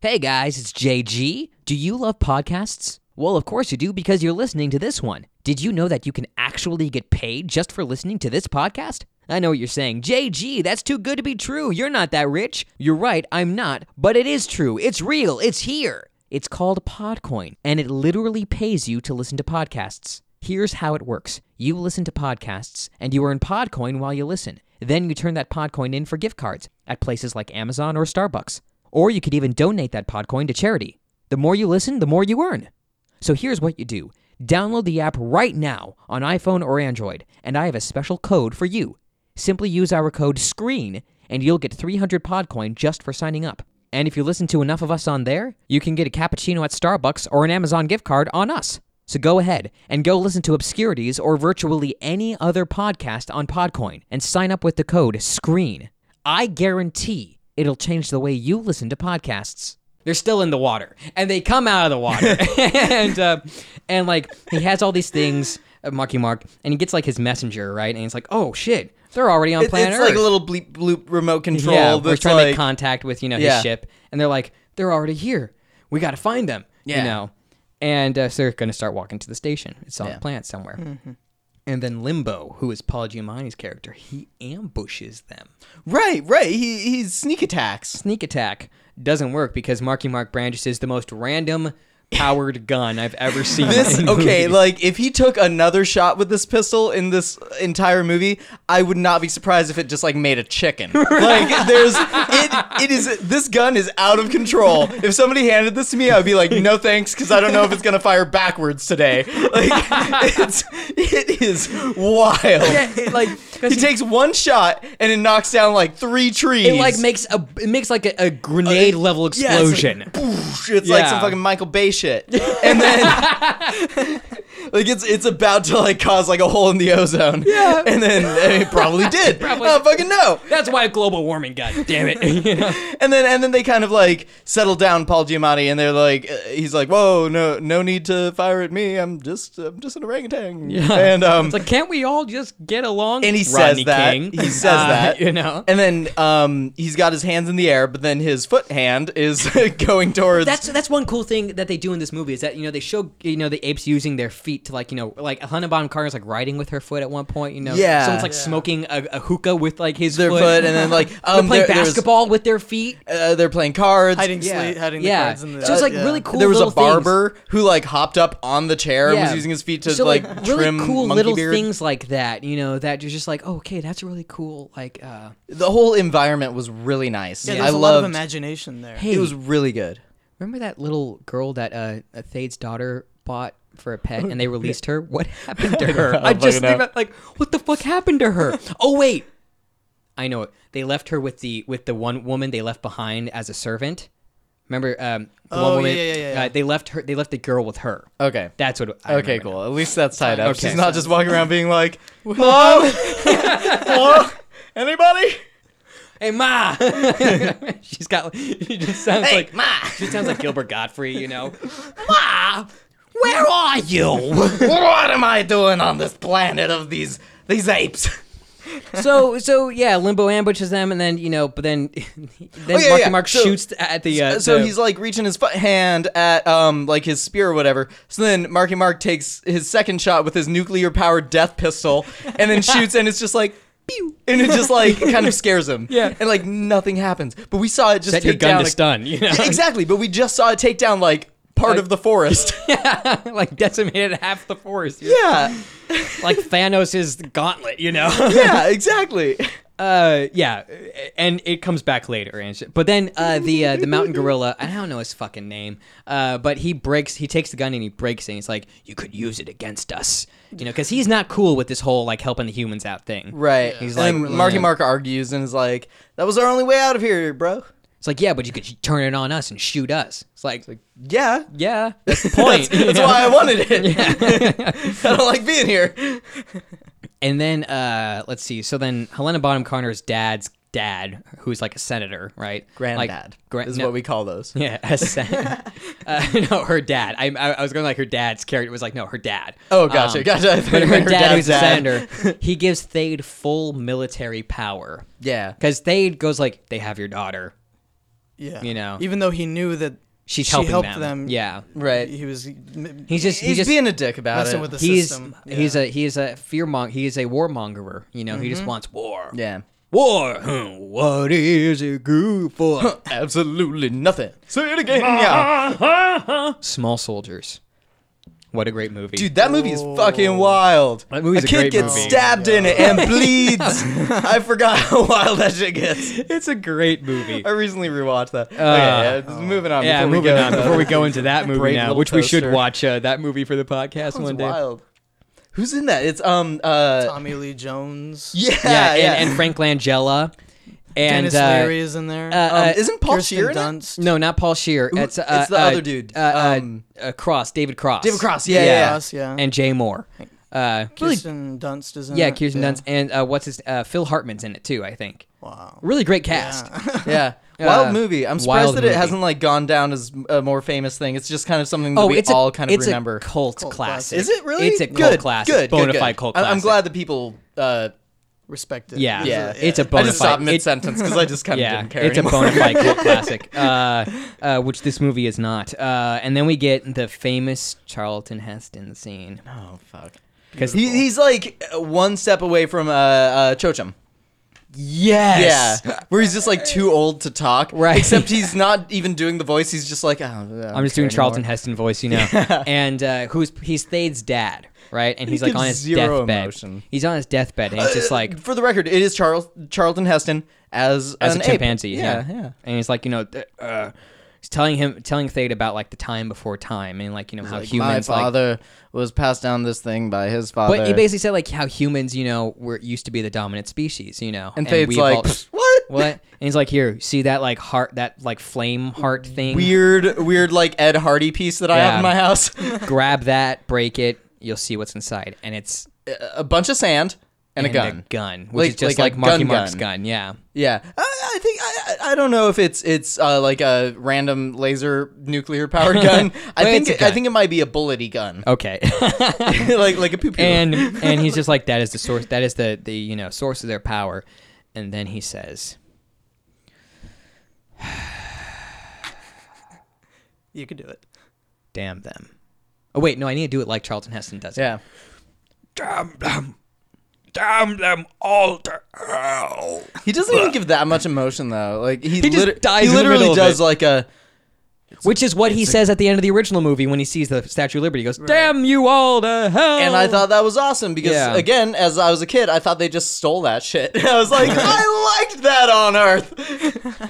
A: Hey guys, it's JG. Do you love podcasts? Well, of course you do because you're listening to this one. Did you know that you can actually get paid just for listening to this podcast? I know what you're saying. JG, that's too good to be true. You're not that rich. You're right, I'm not. But it is true. It's real. It's here. It's called Podcoin, and it literally pays you to listen to podcasts. Here's how it works you listen to podcasts, and you earn Podcoin while you listen. Then you turn that Podcoin in for gift cards at places like Amazon or Starbucks. Or you could even donate that Podcoin to charity. The more you listen, the more you earn. So here's what you do download the app right now on iPhone or Android, and I have a special code for you. Simply use our code SCREEN, and you'll get 300 Podcoin just for signing up. And if you listen to enough of us on there, you can get a cappuccino at Starbucks or an Amazon gift card on us. So go ahead and go listen to Obscurities or virtually any other podcast on Podcoin and sign up with the code SCREEN. I guarantee it'll change the way you listen to podcasts. They're still in the water, and they come out of the water, and uh, and like he has all these things, uh, Marky Mark, and he gets like his messenger right, and he's like, oh shit, they're already on
C: It-
A: planet
C: it's
A: Earth.
C: like a little bleep bloop remote control.
A: yeah, we're
C: that's
A: trying to make
C: like,
A: contact with you know
C: Yeah.
A: his ship, and they're like, they're already here. We got to find them.
C: Yeah.
A: you know, and uh, so they're gonna start walking to the station. It's on the planet somewhere.
C: Mm-hmm.
A: And then Limbo, who is Paul Giamatti's character, he ambushes them.
C: right, right. He he's sneak attacks.
A: sneak attack doesn't work because Marky Mark Brandish is the most random powered gun I've ever seen.
C: This
A: in a
C: okay,
A: movie.
C: like if he took another shot with this pistol in this entire movie, I would not be surprised if it just like made a chicken. Like there's it it is this gun is out of control. If somebody handed this to me, I'd be like, no thanks, because I don't know if it's gonna fire backwards today. Like it's it is wild.
A: like
C: he, takes one shot and it knocks down like three trees.
A: it like makes a it makes like a, a grenade level
C: Yeah, it's like,
A: explosion.
C: poof, it's like some
A: Yeah.
C: fucking Michael Bay shit. And then like it's it's about to like cause like a hole in the ozone. Yeah. And then and it probably did. probably. I don't fucking know.
A: That's why global warming. God damn it! You know?
C: And then and then they kind of like settle down Paul Giamatti and they're like uh, he's like, "Whoa, no no need to fire at me. I'm just I'm just an orangutan." Yeah. And um
A: It's like, can't we all just get along?
C: and he says
A: Rodney
C: that
A: King.
C: he says
A: Uh,
C: that
A: you know.
C: and then um he's got his hands in the air but then his foot hand is going towards
A: That's that's one cool thing that they do in this movie is that you know they show you know the apes using their feet to like you know like Hannah Bonham Carter's like riding with her foot at one point you know
C: Yeah.
A: someone's like smoking a, a hookah with like his
C: their
A: foot,
C: foot, and then like
A: they're
C: um
A: playing
C: there- there's-
A: basketball with their feet
C: uh, they're playing cards.
D: hiding
A: Yeah.
D: sleep, hiding
A: yeah.
D: the cards in the.
A: So it's like
D: yeah.
A: really cool.
C: there was a
A: little things.
C: barber who like hopped up on the chair and was
A: Yeah.
C: using his feet to
A: So,
C: like,
A: really
C: trim
A: cool
C: monkey
A: little
C: beard.
A: things like that. You know that you're just like, oh, okay, that's really cool. Like, uh,
C: The whole environment was really nice.
D: Yeah,
C: I
D: there's a lot of
C: loved.
D: imagination there.
A: hey,
C: it was really good.
A: remember that little girl that uh, Thade's daughter bought for a pet, and they released her? What happened to her? I just
E: fucking
A: think about, like, what the fuck happened to her? Oh wait, I know it. They left her with the with the one woman they left behind as a servant. Remember, um, the one
D: Oh,
A: woman.
D: yeah, yeah, yeah, yeah.
A: Uh, they left her. They left the girl with her.
C: Okay.
A: That's what. I
C: okay,
A: remember now.
C: cool. At least that's tied up.
A: Okay.
C: She's not just walking around being like, "Hello, hello, anybody?"
A: Hey Ma, she's got. She just sounds
C: Hey,
A: like
C: Ma.
A: She sounds like Gilbert Godfrey, you know. Ma, where are you?
C: what am I doing on this planet of these these apes?
A: so, so yeah, Limbo ambushes them, and then you know, but then then
C: yeah,
A: Marky
C: yeah.
A: Mark
C: So-
A: shoots at the. Uh,
C: so
A: the-
C: he's like reaching his foot hand at um like his spear or whatever. So then Marky Mark takes his second shot with his nuclear powered death pistol and then shoots and it's just like pew and it just like kind of scares him.
A: Yeah.
C: And like nothing happens. But we saw it just
A: set your
C: take
A: gun
C: down
A: to
C: a-
A: stun, you know,
C: Yeah, exactly, but we just saw it take down like part
A: Like-
C: of the forest.
A: like decimated half the forest, you know?
C: yeah.
A: like Thanos' gauntlet, you know.
C: Yeah, exactly.
A: uh yeah and it comes back later and shit. but then uh the uh, the mountain gorilla i don't know his fucking name uh but he breaks he takes the gun and he breaks it and he's like you could use it against us you know because he's not cool with this whole like helping the humans out thing
C: Right.
A: He's
C: He's like
A: like,
C: Marky
A: yeah.
C: Mark argues and is like, That was our only way out of here, bro.
A: it's like yeah but you could turn it on us and shoot us it's like,
C: Yeah.
A: yeah that's the point
C: That's why I wanted it. I don't like being here.
A: and then uh let's see so then helena bonham carter's dad's dad who's like a senator right
C: Granddad
A: like, gran-
C: is
A: no-
C: what we call those.
A: Yeah, a sen- uh, no, her dad. I, I, I was going like her dad's character was like no, her dad.
C: Oh, gotcha, gotcha. I thought
A: Um, But
C: you
A: her,
C: meant her
A: dad,
C: dad's
A: who's
C: dad.
A: a senator, he gives Thade full military power.
C: Yeah.
A: because Thade goes like, "They have your daughter.
D: yeah,
A: you know.
D: even though he knew that
A: She's
D: she
A: helping
D: helped
A: them.
D: them.
A: Yeah,
C: Right.
D: he was
A: he's just
C: he's
A: he's just
C: being a dick about
D: messing
C: it.
D: with the
A: he's
D: system.
A: he's a he's a fear mong he is a warmongerer. You know, he just wants war.
C: yeah.
A: War. Huh, What is it good for?
C: Absolutely nothing. Say it again. Yeah.
A: Small soldiers. What a great movie,
C: Dude, that movie is fucking wild.
A: That movie's
C: a
A: a
C: kid
A: great
C: gets
A: movie.
C: stabbed in it and bleeds. I forgot how wild that shit gets.
A: It's a great movie.
C: I recently rewatched that. okay, yeah, just moving on.
A: Uh, Yeah,
C: before
A: moving
C: we go,
A: on. Before we go into that movie
C: Brave
A: now,
C: Little
A: which we should
C: Toaster.
A: watch uh, that movie for the podcast one day.
C: wild. Who's in that? It's um uh
D: Tommy Lee Jones.
C: yeah
A: Yeah, and,
C: yeah. Um,
A: and Frank Langella, and
D: Dennis
A: uh,
D: Leary is in there.
A: uh,
C: um,
A: uh,
C: isn't Paul
D: Kirsten
C: Sheeran? in it?
D: Dunst.
A: no, not Paul Shear. It's, uh,
C: it's the
A: uh,
C: other dude.
A: Uh, uh,
C: Um,
A: uh, Cross, David Cross.
C: David Cross. Yeah, yeah.
D: yeah.
C: yeah.
D: Us, yeah.
A: and Jay Moore. Uh, really,
D: Kirsten Dunst is in
A: yeah,
D: it.
A: Kirsten Dunst, and uh, what's his? Uh, Phil Hartman's in it too, I think.
D: Wow.
A: Really great cast.
C: Yeah. Wild
A: Uh,
C: movie. I'm
A: wild
C: surprised that it
A: movie.
C: hasn't like gone down as a more famous thing. It's just kind of something that
A: Oh,
C: we
A: it's
C: all
A: a,
C: kind of
A: it's
C: remember.
A: a cult, classic.
D: classic.
C: Is it really?
A: It's a
C: good,
A: cult classic.
C: Good,
A: bona
C: good,
A: fide
C: good.
A: cult
C: I-
A: classic.
C: I'm glad the people. Uh,
D: Respected.
A: Yeah,
C: Yeah.
A: it's a
C: I
A: bona
C: just
A: fide.
C: stopped mid
A: it-
C: sentence because I just kind of
A: yeah,
C: didn't care
A: it's
C: anymore.
A: a bona fide cult classic, uh, uh, which this movie is not. Uh, and then we get the famous Charlton Heston scene
C: oh fuck!
A: because
C: He, he's like uh, one step away from uh, uh, Chochum.
A: Yes.
C: Yeah, where he's just like too old to talk.
A: Right.
C: Except he's not even doing the voice. He's just like, oh,
A: I'm just doing Charlton Heston voice, you know. And uh, who's he's Thade's dad, right? And he's like on
C: gives
A: his
C: zero
A: deathbed.
C: emotion.
A: He's on his deathbed, and he's just like
C: Uh, For the record, it is Charles Charlton Heston as
A: as
C: an
A: a
C: ape.
A: chimpanzee. Yeah,
C: yeah, yeah.
A: And he's like, you know, th- uh, he's telling him, telling Thade about like the time before time, and like you know how
C: Like,
A: humans
C: my
A: like.
C: father was passed down this thing by his father.
A: But he basically said like how humans, you know, were used to be the dominant species, you know.
C: and Fade's
A: we've
C: like,
A: all-
C: "Pfft, what?
A: what? And he's like, here, see that like heart, that like flame heart thing.
C: Weird, weird, like Ed Hardy piece that I have
A: Yeah.
C: in my house.
A: Grab that, break it. You'll see what's inside, and it's
C: a bunch of sand and, a gun.
A: gun, which
C: Like-
A: is just
C: like
A: like,
C: a
A: Marky
C: gun
A: Mark's
C: gun.
A: gun. Yeah.
C: Yeah, I, I think I, I I don't know if it's it's uh, like a random laser nuclear powered gun. I
A: Well,
C: think
A: it's a
C: it- I
A: gun.
C: think it might be a bullety gun,
A: Okay.
C: like like a poo poo.
A: and and he's just like that is the source that is the the you know source of their power and then he says
D: You could do it.
A: damn them oh wait no i need to do it like charlton heston does it.
C: yeah,
B: Damn them all to hell.
C: he doesn't even give that much emotion though. Like he,
A: He just
C: liter-
A: dies
C: He
A: in the
C: literally
A: middle of
C: does
A: it.
C: like a
A: which is what he says at the end of the original movie when he sees the statue of liberty he goes damn you all to hell
C: And I thought that was awesome because,
A: Oh. Yeah.
C: again, as I was a kid, I thought they just stole that shit. I was like, I liked that on Earth.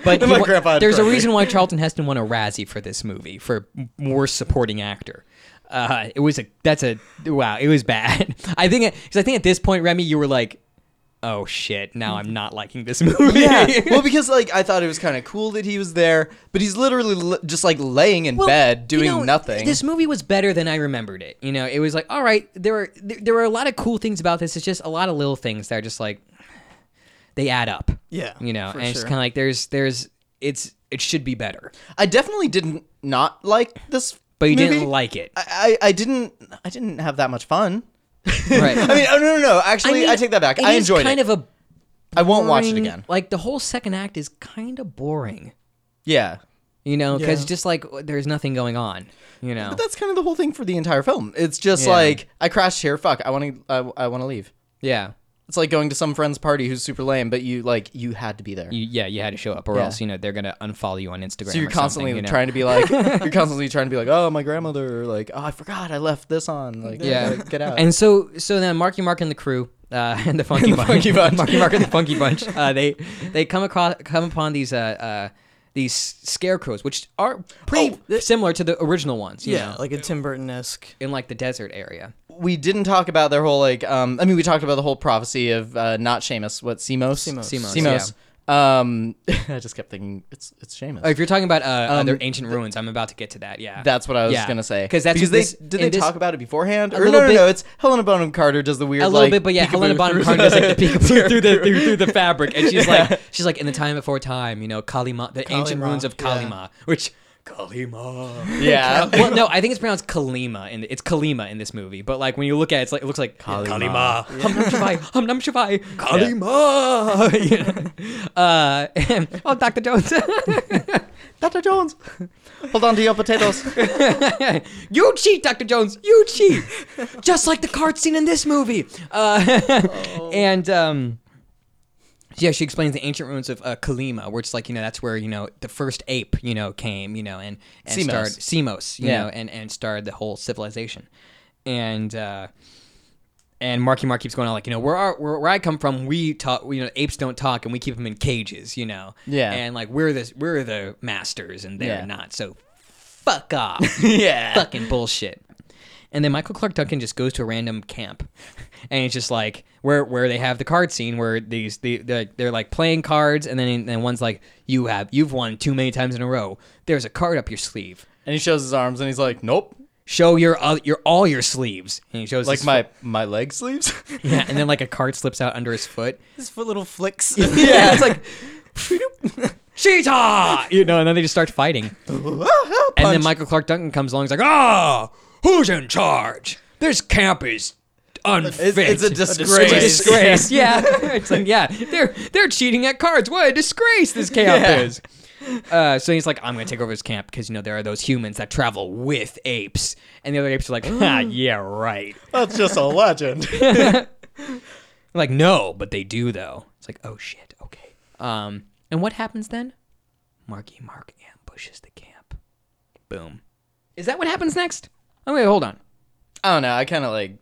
A: but
C: And
A: he
C: my
A: wa-
C: grandpa had
A: there's a
C: corrected.
A: reason why charlton heston won a razzie for this movie for worst supporting actor uh, it was a that's a wow it was bad i think it, 'cause i think at this point remy you were like oh shit now i'm not liking this movie
C: Yeah. well, because like I thought it was kind of cool that he was there, but he's literally li- just like laying in
A: Well,
C: bed
A: you
C: doing
A: know,
C: nothing.
A: This movie was better than I remembered it. You know, it was like, all right, there were there, there were a lot of cool things about this. It's just a lot of little things that are just like they add up.
D: Yeah,
A: you know,
D: for
A: and it's
D: sure.
A: kind of like there's there's it's it should be better,
C: I definitely didn't not like this,
A: but you
C: movie.
A: didn't like it,
C: I, I I didn't I didn't have that much fun.
A: right?
C: I mean, oh no no no. Actually, I, take that back. I enjoyed
A: kind
C: it.
A: Kind of a
C: I won't watch it
A: boring-
C: again.
A: Like the whole second act is kind of boring.
C: Yeah.
A: You know, because
D: Yeah.
A: just like there's nothing going on. You know,
C: But that's kind of the whole thing for the entire film. It's just
A: Yeah.
C: like I crashed here. Fuck. I want to. I, I want to leave.
A: yeah.
C: It's like going to some friend's party who's super lame, but you like you had to be there.
A: You, yeah, you had to show up, or
C: Yeah.
A: else you know they're gonna unfollow you on Instagram.
C: so
A: or
C: you're
A: something,
C: constantly
A: you know?
C: trying to be like you're constantly trying to be like, oh my grandmother, or like oh I forgot I left this on, like
A: Yeah.
C: yeah, get out.
A: And so, so then Marky Mark and the crew uh, and the Funky Bunch,
C: Funky Bunch.
A: Marky Mark and the Funky Bunch, uh, they they come across come upon these uh, uh, these scarecrows, which are pretty similar to Oh, the original ones. You
D: Yeah,
A: know,
D: like a Tim Burton esque.
A: in like the desert area.
C: we didn't talk about their whole like um I mean we talked about the whole prophecy of uh, not Seamus, what Seamos,
D: Seamus.
A: Seamus,
C: Seamus. Um, I just kept thinking it's it's Seamus.
A: Oh, if you're talking about uh, other ancient ruins, I'm about to get to that. Yeah,
C: That's what I was
A: Yeah.
C: gonna say.
A: 'Cause that's
C: because
A: this-
C: they did
A: in
C: they
A: this-
C: talk about it beforehand? Or no,
A: little
C: no,
A: bit.
C: no. It's Helena Bonham Carter does the weird
A: a little
C: like,
A: bit, but yeah, Helena
C: peekaboo
A: Bonham
C: through
A: Carter does
C: the-
A: like the peekaboo through the through, through the fabric, and she's like she's like in the time before time, you know, Kalima, the ancient
D: Kalima,
A: ruins of
D: yeah.
A: Kalima, which Kalima.
C: yeah.
A: well, no, I think it's pronounced Kalima, and it's Kalima in this movie. But like when you look at it, it's like it looks like Kalima, Hum Nam Shavai, Hum Nam Shavai, Kalima. You know? uh, oh, Doctor Jones,
C: Dr. Jones, hold on to your potatoes.
A: you cheat, Doctor Jones, you cheat, just like the cart scene in this movie. Uh,
C: Oh.
A: And um, yeah, she explains the ancient ruins of uh, Kalima, where it's like you know that's where you know the first ape you know came you know and and
C: Semos.
A: started Semos you
C: Yeah.
A: know and and started the whole civilization, and. uh and Marky Mark keeps going on like you know where our, where, where I come from we talk you know apes don't talk and we keep them in cages you know
C: Yeah.
A: and like we're the we're the masters and they're
C: Yeah.
A: not so fuck off
C: yeah.
A: fucking bullshit. And then Michael Clark Duncan just goes to a random camp, and it's just like where where they have the card scene where these the, the they're like playing cards, and then then one's like you have you've won too many times in a row. There's a card up your sleeve.
C: And he shows his arms and he's like, nope.
A: Show your uh, your all your sleeves, and he shows
C: Like
A: his
C: my my leg sleeves.
A: yeah, and then like a card slips out under his foot.
D: His foot little flicks.
C: yeah, it's like
A: Cheetah, you know, and then they just start fighting, and then
C: Punch.
A: Michael Clark Duncan comes along, he's like, ah, who's in charge? This camp is unfit.
C: it's, it's a
A: It's
C: disgrace.
A: a disgrace. yeah, it's like yeah, they're they're cheating at cards. What a disgrace this camp
C: Yeah.
A: is. Uh, so he's like, I'm gonna take over this camp because you know there are those humans that travel with apes, and the other apes are like, ah, yeah, right.
C: That's just a legend.
A: I'm like no, but they do though. It's like, oh shit, okay. Um, and what happens then? Marky Mark ambushes the camp. Boom. Is that what happens next? Oh wait, hold on.
C: I don't know. I kind of like.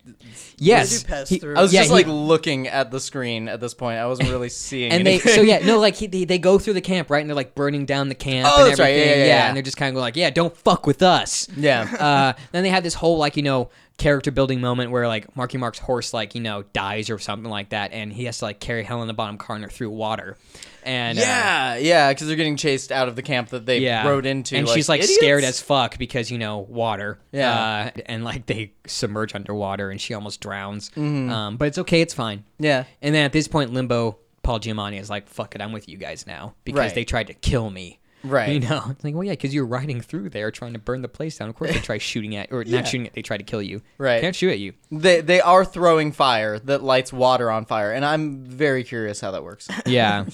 A: Yes.
D: pass through?
C: I was
A: yeah,
C: just
A: he-
C: like looking at the screen at this point. I wasn't really seeing.
A: and they
C: anything.
A: so yeah no like he, they, they go through the camp right and they're like burning down the camp
C: Oh,
A: and
C: that's right,
A: everything
C: yeah, yeah, yeah.
A: and they're just kind of like yeah don't fuck with us
C: Yeah.
A: uh, then they have this whole like you know character building moment where like Marky Mark's horse like you know dies or something like that and he has to like carry Helena Bonham Carter through water and uh,
C: Yeah, yeah, because they're getting chased out of the camp that they
A: yeah.
C: rode into,
A: and she's like scared
C: idiots.
A: as fuck because you know water.
C: Yeah.
A: uh, and like they submerge underwater, and she almost drowns.
C: Mm-hmm.
A: Um, but it's okay, it's fine.
C: Yeah.
A: And then at this point, Limbo Paul Giamatti is like, "Fuck it, I'm with you guys now because
C: Right.
A: they tried to kill me."
C: Right.
A: You know, it's like, well, yeah, because you're riding through there trying to burn the place down. Of course, they try shooting at or not shooting at. They try to kill you.
C: Right.
A: Can't shoot at you.
C: They they are throwing fire that lights water on fire, and I'm very curious how that works.
A: Yeah.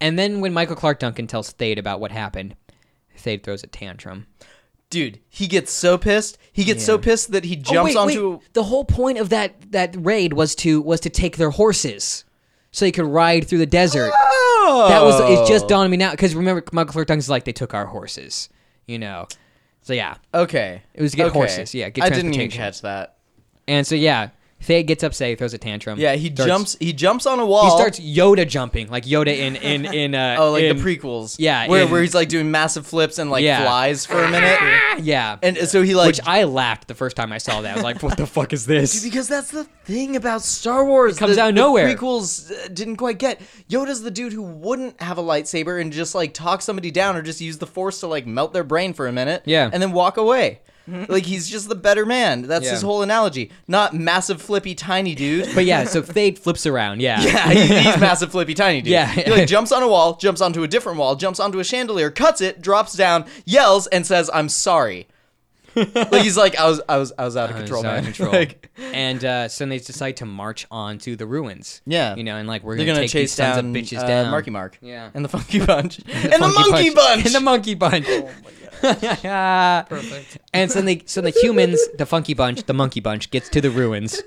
A: and then when Michael Clark Duncan tells Thade about what happened, Thade throws a tantrum.
C: Dude, he gets so pissed. He gets so pissed that he
A: Oh,
C: jumps
A: wait, wait.
C: onto.
A: the whole point of that that raid was to was to take their horses so they could ride through the desert
C: Oh,
A: that was it's just dawned on me now because remember Michael Clark Duncan's like they took our horses you know so yeah
C: okay. It
A: was to get horses, yeah, get
C: I didn't even
A: transportation.
C: catch that.
A: and so yeah Faye gets upset he throws a tantrum
C: Yeah, he
A: starts-
C: jumps. He jumps on a wall.
A: he starts Yoda jumping like Yoda in in in uh,
C: Oh, like
A: in-
C: the prequels.
A: yeah,
C: where
A: in-
C: where he's like doing massive flips and like
A: Yeah.
C: flies for a minute,
A: yeah
C: and so he like
A: which I laughed the first time I saw that I was like what the fuck is this
C: Because that's the thing about Star Wars. It
A: comes out of nowhere.
C: The prequels uh, didn't quite get. Yoda's the dude who wouldn't have a lightsaber and just like talk somebody down or just use the Force to like melt their brain for a minute.
A: Yeah.
C: And then walk away. Like he's just the better man. That's
A: Yeah.
C: his whole analogy. Not massive flippy tiny dude.
A: but yeah so Fade flips around yeah
C: Yeah, he- he's massive flippy tiny dude.
A: Yeah.
C: He like jumps on a wall, jumps onto a different wall, jumps onto a chandelier, cuts it, drops down, yells, and says, I'm sorry. like he's like, I was I was I was out of
A: Uh,
C: control,
A: it's out
C: man.
A: of control.
C: Like-
A: and uh, so then they decide to march on to the ruins.
C: Yeah.
A: you know, and like we're
C: They're
A: gonna,
C: gonna
A: take
C: chase
A: these sons
C: down,
A: of bitches
C: uh,
A: down.
C: Marky Mark.
A: Yeah.
C: And the Funky Bunch. and the
A: Funky
C: Monkey Bunch.
A: and the monkey bunch. Perfect. Oh And so they, so the humans, the funky bunch, the monkey bunch gets to the ruins,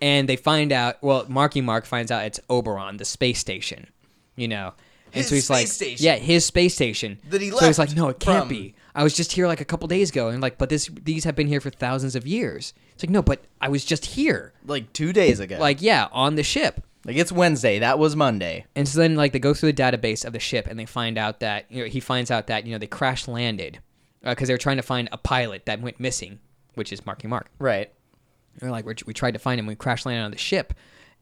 A: and they find out. Well, Marky Mark finds out it's Oberon, the space station. You know, and
C: His
A: so he's
C: space
A: like,
C: station.
A: yeah, his space station
C: That he
A: So he's
C: left
A: like, no, it can't
C: from.
A: be. I was just here like a couple days ago, and like, but this these have been here for thousands of years. It's like, no, but I was just here.
C: like two days ago. Like,
A: Like, yeah, on the ship.
C: like it's Wednesday. That was Monday.
A: And so then, like, they go through the database of the ship, and they find out that you know he finds out that you know they crash landed because they were trying to find a pilot that went missing, which is Marky Mark.
C: Right.
A: And They're like, we're, we tried to find him, we crash landed on the ship,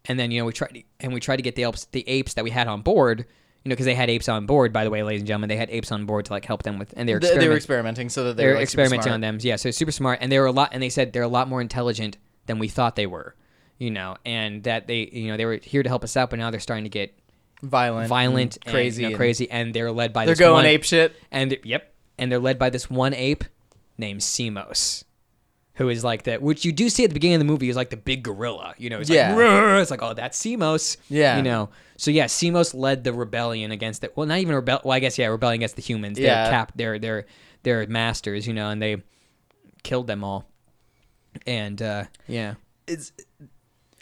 A: and then you know we tried to, and we tried to get the apes, the apes that we had on board, you know, because they had apes on board. By the way, ladies and gentlemen, they had apes on board to like help them with, and they were
C: They, they were
A: experimenting.
C: experimenting so that they
A: They
C: were
A: were
C: like, super
A: experimenting
C: smart.
A: on them. Yeah, so super smart, and they were a lot. And they said they're a lot more intelligent than we thought they were, you know, and that they, you know, they were here to help us out, but now they're starting to get
C: Violent.
A: violent, and,
C: crazy
A: you know,
C: and-
A: crazy, and they're led by
C: They're
A: this
C: going
A: one,
C: ape shit.
A: and yep, and they're led by this one ape named Semos, who is like that, which you do see at the beginning of the movie is like the big gorilla, you know, it's
C: Yeah.
A: like "Rrr," it's like oh that's Semos,
C: Yeah.
A: you know, so yeah, Semos led the rebellion against it. Well, not even rebel. Well, I guess yeah, rebellion against the humans.
C: Yeah.
A: They're cap. They're they're they're masters, you know, and they killed them all. And uh, yeah,
C: It's.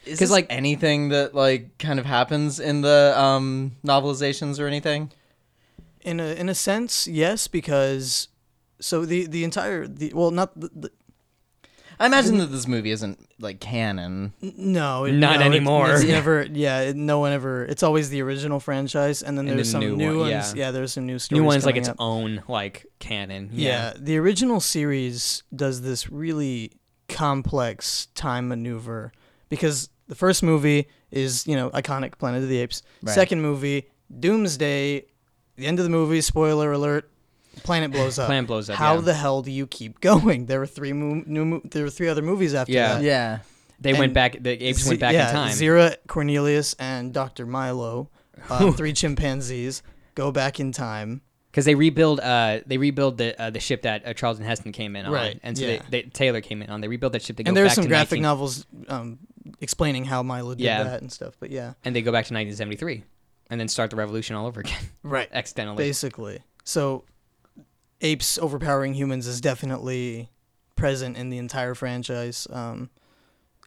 C: Is
A: 'Cause,
C: this
A: like-
C: like anything that like kind of happens in the um novelizations or anything?
D: In a in a sense, yes, because so the the entire the well not the, the,
C: I imagine that this movie isn't like canon.
D: no it-
A: Not
D: no, it-
A: anymore.
D: it's
A: Yeah.
D: never yeah it, no one ever it's always the original franchise and then
A: And
D: there's
A: then
D: some
A: the
D: new,
A: new one,
D: ones
A: yeah.
D: yeah. there's some new stories
A: new one's like
D: coming
A: its
D: up.
A: own like canon.
D: Yeah. the original series does this really complex time maneuver because the first movie is, you know, iconic Planet of the Apes. Second movie, Doomsday, the end of the movie, spoiler alert, planet blows up.
A: Planet blows up,
D: How
A: yeah.
D: the hell do you keep going? There were three mo- new mo- there were three other movies after
A: Yeah.
D: that.
C: Yeah.
A: they went
D: and
A: back. The apes
D: Ze-
A: went back
D: yeah,
A: in time.
D: Zira, Cornelius, and Dr. Milo, uh, three chimpanzees, go back in time.
A: because they rebuild uh they rebuild the uh, the ship that uh, Charles and Heston came in on,
D: Right,
A: and so
D: yeah.
A: they, they, Taylor came in on. They rebuild that ship. They go
D: and there are
A: back
D: some
A: to
D: graphic
A: 19
D: novels um, explaining how Milo did
A: Yeah.
D: that and stuff. But yeah,
A: and they go back to 1973, and then start the revolution all over again,
D: right,
A: accidentally.
D: basically. So, apes overpowering humans is definitely present in the entire franchise, um,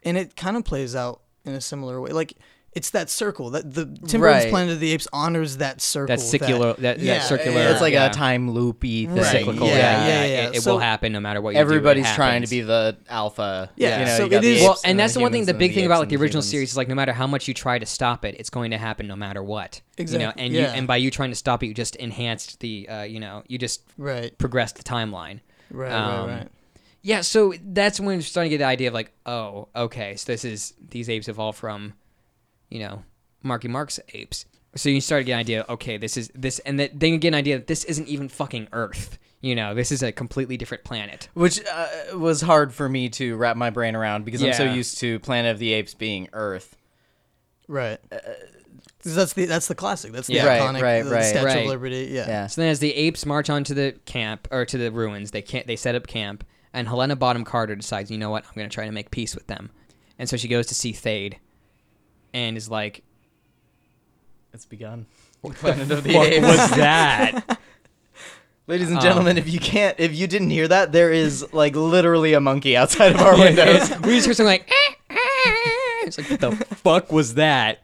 D: and it kind of plays out in a similar way. Like It's that circle that the Tim Burton's
C: Right.
D: Planet of the Apes honors that circle.
A: That circular, that, that
D: yeah,
A: circular.
D: yeah,
C: it's like
A: yeah.
C: a time loopy thing.
D: Right,
A: cyclical.
D: yeah, yeah, yeah, yeah.
A: It, it
D: So
A: will happen no matter what. You do, it
C: Everybody's trying to
A: happens.
C: be the alpha.
D: Yeah,
C: you know,
D: so
C: you got
D: it
C: the
D: is-
A: Well,
C: apes
A: and that's the one thing.
C: humans
A: The
C: and
A: big thing
C: apes
A: about like
C: and
A: the original
C: humans.
A: series is like no matter how much you try to stop it, it's going to happen no matter what. You know,
D: Exactly,
A: and you
D: yeah.
A: and by you trying to stop it, you just enhanced the. Uh, you know, you just
D: Right.
A: progressed the timeline.
D: Right,
A: Um,
D: right, right.
A: Yeah, so that's when you're starting to get the idea of like, oh, okay, so this is these apes evolved from, you know, Marky Mark's apes. So you start to get an idea, okay, this is this, and that, then you get an idea that this isn't even fucking Earth. You know, this is a completely different planet.
C: which uh, was hard for me to wrap my brain around because I'm so
A: Yeah.
C: used to Planet of the Apes being Earth.
D: Right. 'Cause that's the that's the classic. That's the
A: Yeah.
C: Right,
D: iconic
C: right,
D: the
C: right.
D: Statue
A: Right.
D: of Liberty. Yeah.
C: Yeah.
A: So then, as the apes march onto the camp or to the ruins, they can't. They set up camp, and Helena Bottom Carter decides, you know what, I'm going to try to make peace with them, and so she goes to see Thade, and is like,
C: It's begun. Planet of the
A: what
C: Apes.
A: was that?
C: Ladies
A: Oh.
C: and gentlemen, if you can't, if you didn't hear that, there is like literally a monkey outside of our windows.
A: we just heard something like, "Eh, eh." it's like, what the fuck was that?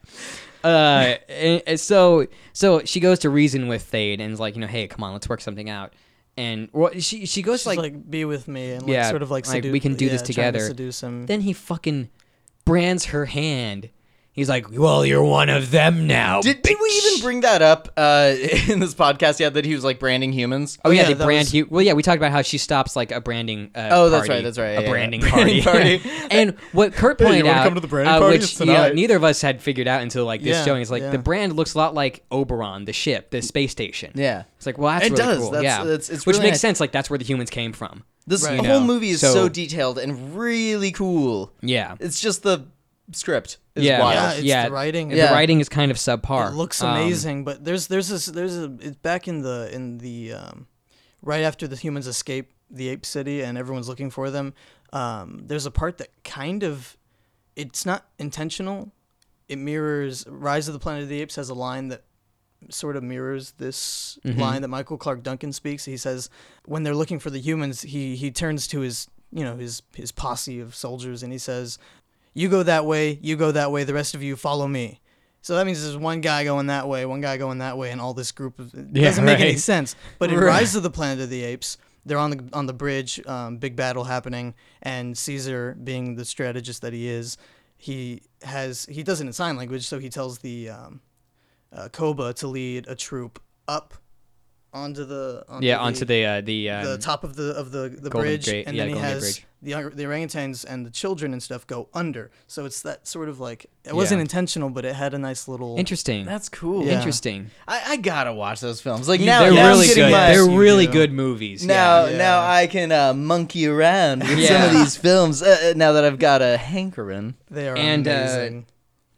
A: Uh, and, and so so she goes to reason with Thade and is like, you know, hey, come on, let's work something out. And well, she she goes
D: She's
A: like,
D: like, be with me and like,
A: Yeah,
D: sort of like,
A: like,
D: sedu-
A: we can do
D: yeah,
A: this
D: trying to
A: together.
D: seduce him.
A: then he fucking brands her hand. He's like, well, you're one of them now.
C: Did, did we even bring that up uh, in this podcast yet? That he was like branding humans.
A: Oh yeah,
D: yeah,
A: they
D: that
A: brand
D: was-
A: you. Well, yeah, we talked about how she stops like a branding. Uh,
C: Oh, that's
A: party,
C: right, that's right,
A: A
C: yeah,
A: branding
C: yeah.
A: party.
C: Branding party.
A: and what Kurt
E: you
A: pointed
E: wanna
A: out,
E: come to the branding
A: uh,
E: party?
A: which
E: It's
A: you know,
E: tonight.
A: neither of us had figured out until like this
D: Yeah,
A: showing, is like
D: yeah.
A: the brand looks a lot like Oberon, the ship, the space station.
C: Yeah.
A: it's like well, that's
C: It
A: really
C: does,
A: cool.
C: that's-
A: yeah,
C: that's- it's
A: which
C: really
A: makes
C: nice.
A: sense. Like that's where the humans came from.
C: This
D: Right.
C: whole
D: You
A: know,
C: movie is
A: so-
C: so, detailed and really cool.
A: Yeah,
C: It's just the script is
A: yeah,
C: wild.
D: Yeah, it's
A: yeah.
D: the writing.
A: The
C: Yeah.
A: writing is kind of subpar.
D: It looks
A: Um,
D: amazing, but there's there's this there's a it's back in the in the um, right after the humans escape the ape city and everyone's looking for them. Um, there's a part that kind of it's not intentional. It mirrors Rise of the Planet of the Apes has a line that sort of mirrors this
A: Mm-hmm.
D: line that Michael Clark Duncan speaks. He says when they're looking for the humans, he he turns to his you know his his posse of soldiers and he says, "You go that way, you go that way. The rest of you follow me." So that means there's one guy going that way, one guy going that way, and all this group of it doesn't make any
A: right.
D: sense. But in Rise of the Planet of the Apes, they're on the on the bridge, um, big battle happening, and Caesar, being the strategist that he is, he has he does it in sign language, so he tells the um, uh, Koba to lead a troop up onto the onto
A: Yeah, onto the uh, the, um,
D: the top of the of the, the
A: Golden
D: bridge,
A: Gate-
D: and
A: yeah,
D: then he
A: Golden Gate
D: has
A: Bridge.
D: the or- the orangutans and the children and stuff go under. So it's that sort of like it wasn't
A: Yeah.
D: intentional, but it had a nice little
A: interesting.
C: That's cool.
D: Yeah.
A: interesting.
C: I, I gotta watch those films. Like now,
A: They're
C: now
A: really
C: I'm
A: good.
C: getting My,
A: They're
D: You
A: really
D: do.
A: good movies.
C: now,
A: yeah.
C: now I can uh, monkey around with some
A: Yeah.
C: of these films. Uh, uh, now that I've got a hankering.
D: They are
A: And, uh,
D: amazing.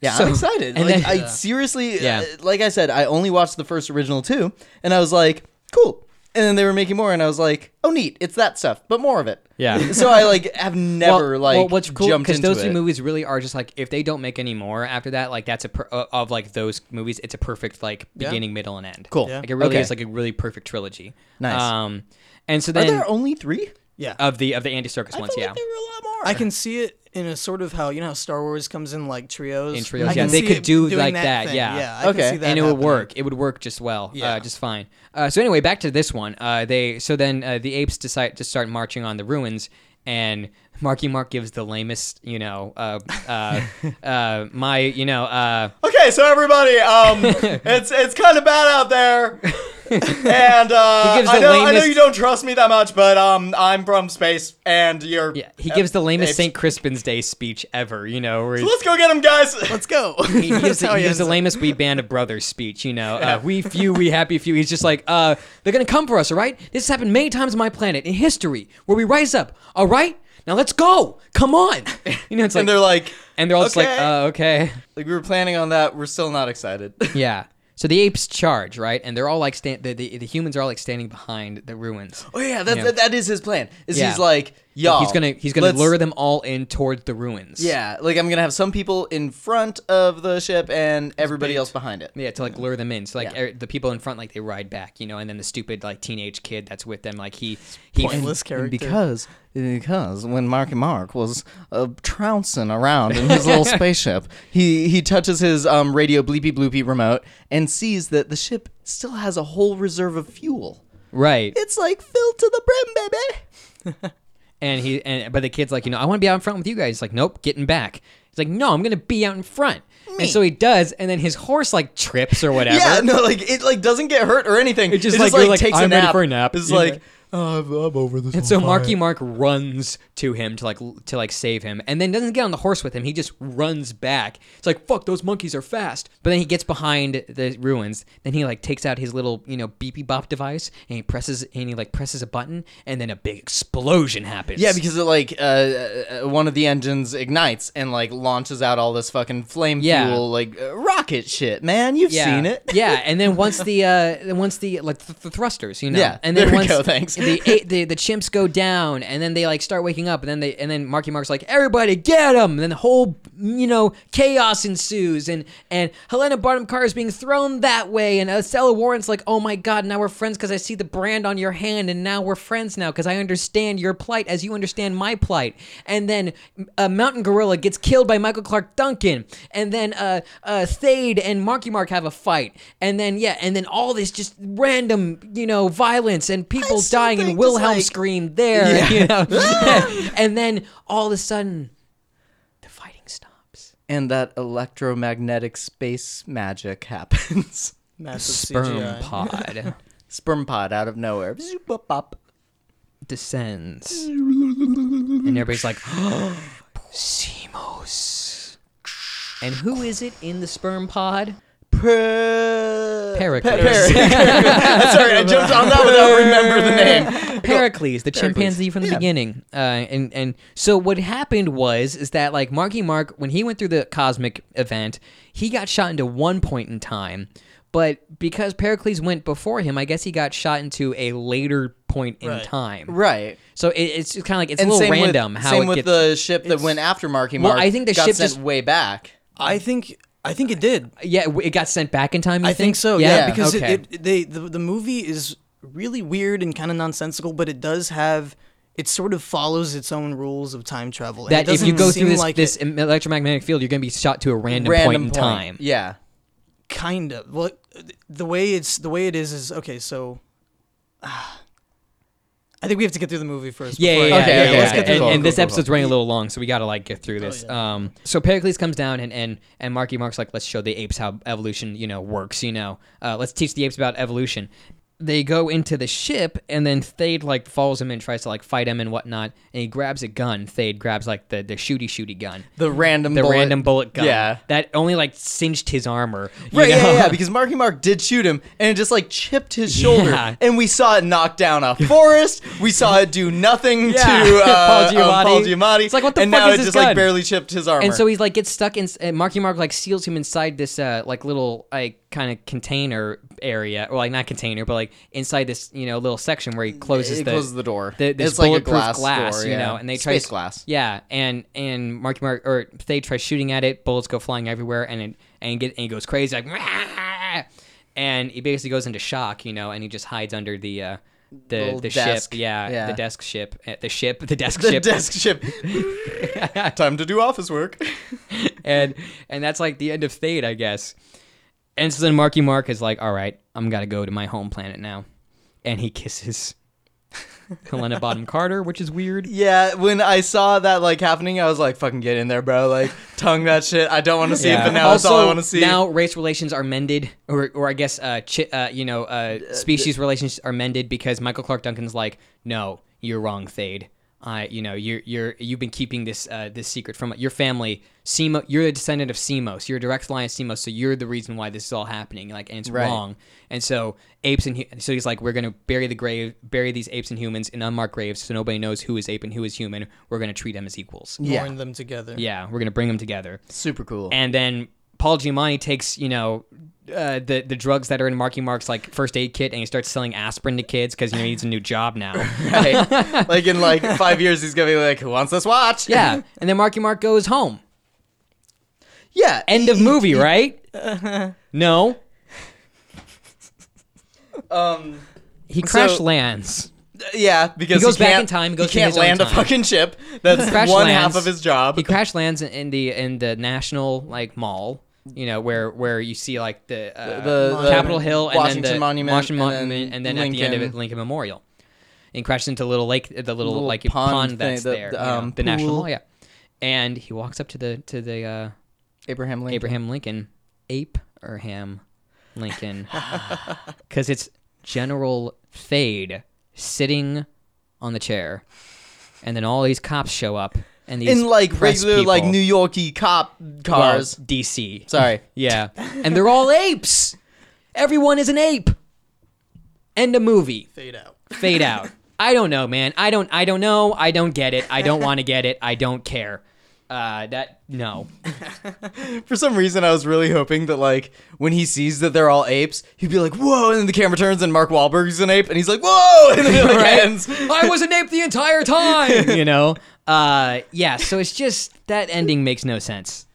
C: Yeah,
A: So-
C: I'm excited.
A: and
C: like,
A: then-
C: I
A: Yeah.
C: seriously,
A: Yeah.
C: uh, like I said, I only watched the first original two, and I was like, cool. And then they were making more, and I was like, oh, neat, it's that stuff, but more of it.
A: Yeah.
C: so I like have never like
A: what's cool
C: jumped into
A: those
C: it.
A: two movies really are just like if they don't make any more after that, like that's a per- uh, of like those movies, it's a perfect like beginning, middle, and end.
C: Cool.
D: Yeah.
A: Like it really
C: Okay.
A: is like a really perfect trilogy.
C: Nice.
A: Um, and so
C: Are
A: then
C: there only three?
D: yeah,
A: of the of the Andy Circus
C: I
A: ones,
C: felt
A: yeah.
C: like there were a lot more.
D: I can see it in a sort of how you know how Star Wars comes in like trios.
A: In trios,
D: I
A: yeah.
D: can
A: They
D: see
A: could
D: it
A: do
D: doing
A: like that,
D: thing.
A: yeah.
D: yeah. I
C: Okay.
D: can see that
A: and it would
D: happening.
A: work. It would work just well,
D: Yeah.
A: uh, just fine. Uh, so anyway, back to this one. Uh, they so then uh, the apes decide to start marching on the ruins, and Marky Mark gives the lamest, you know, uh, uh, uh, my, you know, uh,
C: Okay, so everybody, um, it's it's kind of bad out there, and uh,
A: He gives
C: I
A: the
C: know I know
A: lamest-
C: you don't trust me that much, but um, I'm from space, and you're
A: yeah, he gives the lamest
C: apes.
A: St. Crispin's Day speech ever, you know, where he's-
C: Let's go get him, guys.
D: Let's go.
A: he gives, the, he gives the lamest we band of brothers speech, you know. Uh, we few, we happy few. He's just like, uh, they're gonna come for us, all right? This has happened many times on my planet in history, where we rise up, all right? Now let's go. Come on. You know, it's like,
C: and they're like,
A: and they're all just like,
C: "Okay."
A: uh, okay,
C: Like we were planning on that. We're still not excited.
A: yeah. So the apes charge, right? And they're all like, stand, the, the the humans are all like standing behind the ruins.
C: oh yeah, that,
A: Yeah.
C: that- that is his plan. Is
A: Yeah.
C: he's like, y'all.
A: he's gonna he's gonna
C: let's-
A: lure them all in toward the ruins.
C: Yeah, like I'm gonna have some people in front of the ship and everybody else behind it.
A: Yeah, to like lure them in. So like
C: Yeah.
A: er, the people in front, like they ride back, you know, and then the stupid like teenage kid that's with them, like he he
D: Pointless character.
C: Because Because when Marky Mark was uh, trouncing around in his little spaceship, he, he touches his um, radio bleepy bloopy remote and sees that the ship still has a whole reserve of fuel.
A: Right.
C: It's like filled to the brim, baby.
A: And he and but the kid's like, you know, I want to be out in front with you guys. He's like, nope, getting back. He's like, no, I'm gonna be out in front. And so he does, and then his horse like trips or whatever.
C: Yeah, no, like it like doesn't get hurt or anything. It
A: just, like, you're like, I'm ready for a nap.
C: It's
A: Yeah.
C: like oh, I'm, I'm over this.
A: And so Marky Mark runs to him to like l- to like save him, and then doesn't get on the horse with him. He just runs back. It's like fuck, those monkeys are fast. But then he gets behind the ruins. Then he like takes out his little you know beepy bop device, and he presses and he like presses a button, and then a big explosion happens.
C: Yeah, because it like uh, uh, one of the engines ignites and like launches out all this fucking flame
A: Yeah.
C: fuel like uh, rocket shit, man. You've
A: yeah,
C: seen it.
A: yeah, and then once the uh, then once the like th- the thrusters, you know,
C: Yeah,
A: and then
C: there we
A: once
C: go, thanks.
A: the, a- the the chimps go down, and then they like start waking up, and then they and then Marky Mark's like, everybody get him, and then the whole you know chaos ensues, and and Helena Bonham Carter is being thrown that way, and Estella Warren's like, oh my god, now we're friends because I see the brand on your hand, and now we're friends now because I understand your plight as you understand my plight, and then uh, Mountain Gorilla gets killed by Michael Clark Duncan, and then uh, uh, Thade and Marky Mark have a fight, and then yeah, and then all this just random you know violence and people
C: still
A: dying
C: think
A: and
C: just,
A: Wilhelm
C: like-
A: scream there, you know, and then all of a sudden the fighting stops.
C: And that electromagnetic space magic happens.
D: Massive
A: Sperm
D: CGI.
A: pod
C: Sperm pod out of nowhere. Zoop, up, up.
A: descends, and everybody's like, "Simos." And who is it in the sperm pod?
C: Per-
A: Pericles.
C: Sorry, I jumped on that without remembering the name.
A: Pericles, the chimpanzee from the beginning. Uh, and and so what happened was is that like Marky Mark, when he went through the cosmic event, he got shot into one point in time. But because Pericles went before him, I guess he got shot into a later point in time.
C: Right.
A: So it, it's just kind of like it's a little random
C: with,
A: how
C: same
A: it
C: with
A: gets.
C: the ship that went after Marky Mark.
A: I think the
C: got
A: ship
C: sent
A: just-
C: way back.
D: I think I think it did.
A: yeah, it got sent back in time. You
D: I think so. Yeah, because
A: okay.
D: it, it, they the, the movie is really weird and kind of nonsensical, but it does have it sort of follows its own rules of time travel. and it
A: that if you
D: doesn't
A: go
D: seem
A: through this
D: like
A: this
D: it,
A: electromagnetic field, you're gonna be shot to a random,
C: Random
A: point in time.
C: Yeah.
D: kind of well, the way it's the way it is is okay. So. ah, I think we have to get through the movie first.
A: Yeah, yeah,
D: before I-
A: yeah,
C: Okay,
A: yeah,
C: okay,
A: yeah.
C: let's get through
A: And,
C: the-
A: and
C: cool,
A: this
C: cool,
A: episode's running a little long, so we got to like get through
C: Oh,
A: this. Um, so Pericles comes down, and, and and Marky Mark's like, let's show the apes how evolution, you know, works. You know, uh, let's teach the apes about evolution. They go into the ship, and then Thade like follows him and tries to like fight him and whatnot. And he grabs a gun. Thade grabs like the the shooty shooty gun,
C: The random
A: the
C: bullet.
A: random bullet gun.
C: Yeah.
A: that only like cinched his armor. you
C: Right, yeah,
A: know?
C: yeah, because Marky Mark did shoot him, and it just like chipped his shoulder,
A: Yeah.
C: and we saw it knock down a forest. We saw it do nothing to uh,
A: Paul
C: um, Paul
A: Giamatti.
C: Giamatti.
A: It's like, what the
C: and
A: fuck
C: now
A: is
C: it
A: this
C: just
A: gun?
C: like barely chipped his armor.
A: And so he's like gets stuck in. And Marky Mark like seals him inside this uh like little like kind of container area, or like not container, but like inside this you know little section where he closes
C: It
A: the
C: closes the door.
A: The, this
C: It's like a
A: bulletproof
C: glass
A: glass,
C: door,
A: you
C: yeah.
A: know, and they try
C: Space glass.
A: Yeah, and and Marky Mark or they try shooting at it, bullets go flying everywhere, and it and get and he goes crazy like, "Rah!" and he basically goes into shock, you know, and he just hides under the. uh the,
C: Little
A: the
C: desk.
A: ship, yeah,
C: Yeah.
A: the desk ship, uh, the ship, the desk
C: the
A: ship,
C: desk ship. Time to do office work.
A: and and that's like the end of Thade, I guess. And so then Marky Mark is like, "All right, I'm gotta go to my home planet now," and he kisses Helena Bottom Carter, which is weird.
C: Yeah, when I saw that like happening, I was like, "Fucking get in there, bro!" Like tongue that shit. I don't want to see it, but now
A: also,
C: that's all I want to see.
A: Now race relations are mended, or, or I guess, uh, chi- uh, you know, uh, species relations are mended because Michael Clark Duncan's like, no, you're wrong, Thade. I, you know, you're you're you've been keeping this uh, this secret from your family. Semo, you're a descendant of Semos. You're a direct line of Semos, so you're the reason why this is all happening. Like, and it's
C: Right.
A: wrong. And so apes and hu- so he's like, we're gonna bury the grave, bury these apes and humans in unmarked graves, so nobody knows who is ape and who is human. We're gonna treat them as equals.
D: yeah. Mourn them together.
A: Yeah, we're gonna bring them together
C: super cool.
A: and then Paul Giamatti takes you know uh, the the drugs that are in Marky Mark's like first aid kit, and he starts selling aspirin to kids because you know he needs a new job now.
C: Right? like in like five years, he's gonna be like, "Who wants this watch?"
A: yeah, and then Marky Mark goes home.
C: yeah.
A: End of movie, right? No,
C: um.
A: he crash
C: So-
A: lands.
C: yeah, because
A: He goes back
C: can't-
A: in time, goes
C: he
A: in
C: can't
A: his own
C: land a
A: time.
C: fucking ship. That's
A: Crash
C: one
A: lands.
C: half of his job.
A: He crash lands in- in the in the national like mall, you know, where where you see like the, uh,
C: The- the
A: Capitol Hill and then
C: Washington
A: the
C: Monument
A: Washington
C: and then
A: Monument, and then, at the end of it,
C: Lincoln.
A: Lincoln Memorial, and crashes into little lake, the little,
C: Little
A: like
C: pond
A: pond,
C: thing,
A: that's
C: the-
A: there,
C: the,
A: you know,
C: um,
A: the national
C: pool.
A: mall, yeah. And he walks up to the to the uh,
C: Abraham Lincoln.
A: Abraham Lincoln, ape or ham, Lincoln, because it's General Fade sitting on the chair, and then all these cops show up. And these
C: in like
A: press
C: regular like
A: people-
C: New Yorky cop
A: well,
C: cars.
A: DC.
C: Sorry.
A: Yeah. and they're all apes. Everyone is an ape. End of movie.
D: Fade out.
A: Fade out. I don't know, man. I don't I don't know. I don't get it. I don't want to get it. I don't care. Uh that no.
C: For some reason, I was really hoping that like when he sees that they're all apes, he'd be like, "Whoa!" And then the camera turns, and Mark Wahlberg's an ape, and he's like, "Whoa!" And then it like,
A: Right?
C: ends.
A: I was an ape the entire time, you know. Uh yeah, so it's just that ending makes no sense.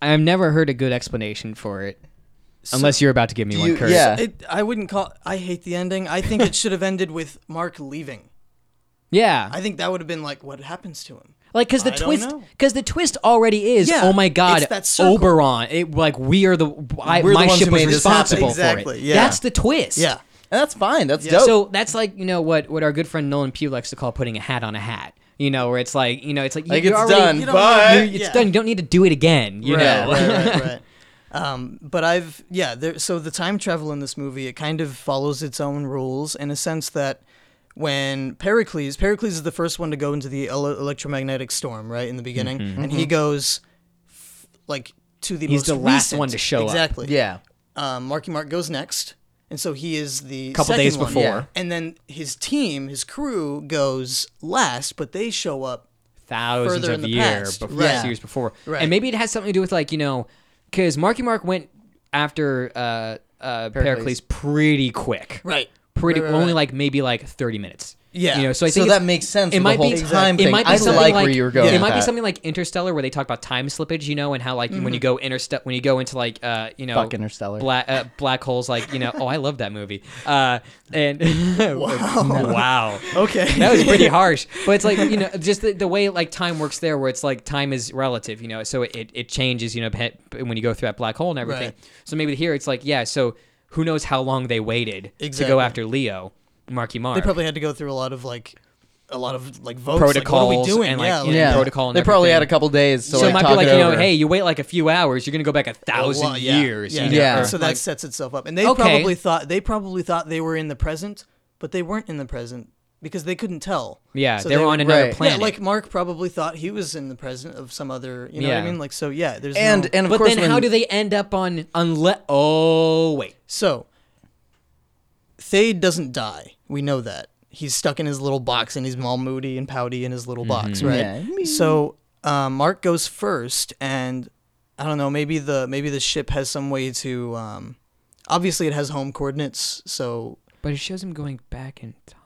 A: I've never heard a good explanation for it. Unless you're about to give me one
C: you-
A: curse.
C: yeah.
D: It, I wouldn't call. I hate the ending. I think it should have ended with Mark leaving.
A: Yeah.
D: I think that would have been like what happens to him.
A: Like, because the
D: I don't
A: twist,
D: know.
A: because the twist already is,
D: Yeah,
A: oh my god,
D: it's that circle.
A: Oberon. It like we are the I,
C: We're the
A: my
C: ones
A: ship
C: who
A: was
C: made this happen.
A: responsible for it.
D: Exactly, yeah.
A: That's the twist.
D: Yeah. Oh.
C: And that's fine. That's dope.
A: So that's like you know what what our good friend Nolan Pugh likes to call putting a hat on a hat. You know where it's like you know it's like, you,
C: Like,
A: you're
C: it's
A: already-
C: done,
A: you don't-
C: but-
A: you- it's
D: Yeah.
A: done. You don't need to do it again. You know.
D: right, right, right, right. Um, but I've yeah. There, so the time travel in this movie it kind of follows its own rules in a sense that when Pericles Pericles is the first one to go into the ele- electromagnetic storm right in the beginning, and he goes f- like to the
A: Mm-hmm. He's
D: most
A: the last
D: recent-
A: one to show up.
D: exactly.
C: yeah.
D: um, Marky Mark goes next, and so he is the
A: Couple
D: second
A: days
D: one.
A: before.
D: Yeah. and then his team, his crew goes last, but they show up.
A: thousands
D: Further
A: of
D: in the
A: years
D: past,
A: before
D: right.
A: years before,
D: Right.
A: and maybe it has something to do with like you know because Marky Mark went after uh, uh, Pericles pretty quick.
D: Right.
A: pretty
D: Right, right,
A: only
D: right.
A: like maybe like 30 minutes
D: Yeah.
A: you know so i
C: So
A: think
C: that
A: it's-
C: makes sense
A: it
C: for
A: might
C: the whole
A: be
C: time
A: it
C: thing.
A: might be
C: I
A: something
C: like where you were going
A: it
C: with
A: might be
C: that. Mm-hmm.
A: something like interstellar where they talk about time slippage you know and how like when you go interstellar when you go into like uh you know
C: Fuck Interstellar.
A: black uh, black holes like you know oh i love that movie uh and wow wow
D: Okay.
A: that was pretty harsh but it's like you know just the, the way like time works there where it's like time is relative you know so it, it changes you know pe- when you go through that black hole and everything
D: Right.
A: so maybe here it's like yeah so who knows how long they waited to go
D: Exactly.
A: after leo marky mark
D: They probably had to go through a lot of like, a lot of like votes. like, what are
A: Protocols
D: we doing?
A: and, like,
D: yeah,
A: you know,
C: Yeah.
A: protocol and
C: they probably had a
A: everything.
C: couple days. To,
A: so it might
C: talk
A: be like
C: it
A: you know
C: over.
A: hey you wait like a few hours you're gonna go back a thousand
D: Well, yeah,
A: years
D: Yeah,
A: you know,
C: Yeah.
A: or,
D: so that
A: like,
D: sets itself up, and they
A: Okay.
D: probably thought they probably thought they were in the present, but they weren't in the present because they couldn't tell.
A: yeah
D: So
A: they're on
D: would-
A: another
C: Right. Yeah,
A: planet
D: Yeah, like Mark probably thought he was in the present of some other. You know
A: Yeah.
D: what I mean? Like so, yeah. There's
C: and
D: no-
C: and of
A: but
C: course
A: then
C: when,
A: how do they end up on unless oh wait
D: So, Thade doesn't die. We know that. He's stuck in his little box and he's all moody and pouty in his little box, right? So, uh, Mark goes first, and I don't know. Maybe the maybe the ship has some way to. Um, obviously, it has home coordinates. So,
A: but it shows him going back in time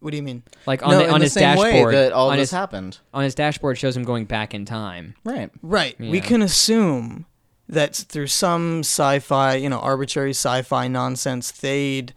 D: what do you mean?
A: like on,
C: no,
A: the,
C: in
A: on
C: the
A: his
C: same way
A: dashboard
C: that all
A: on
C: this
A: his,
C: happened?
A: on his dashboard shows him going back in time
C: Right.
D: Right. We
A: Yeah.
D: can assume that through some sci-fi, you know, arbitrary sci-fi nonsense, Thade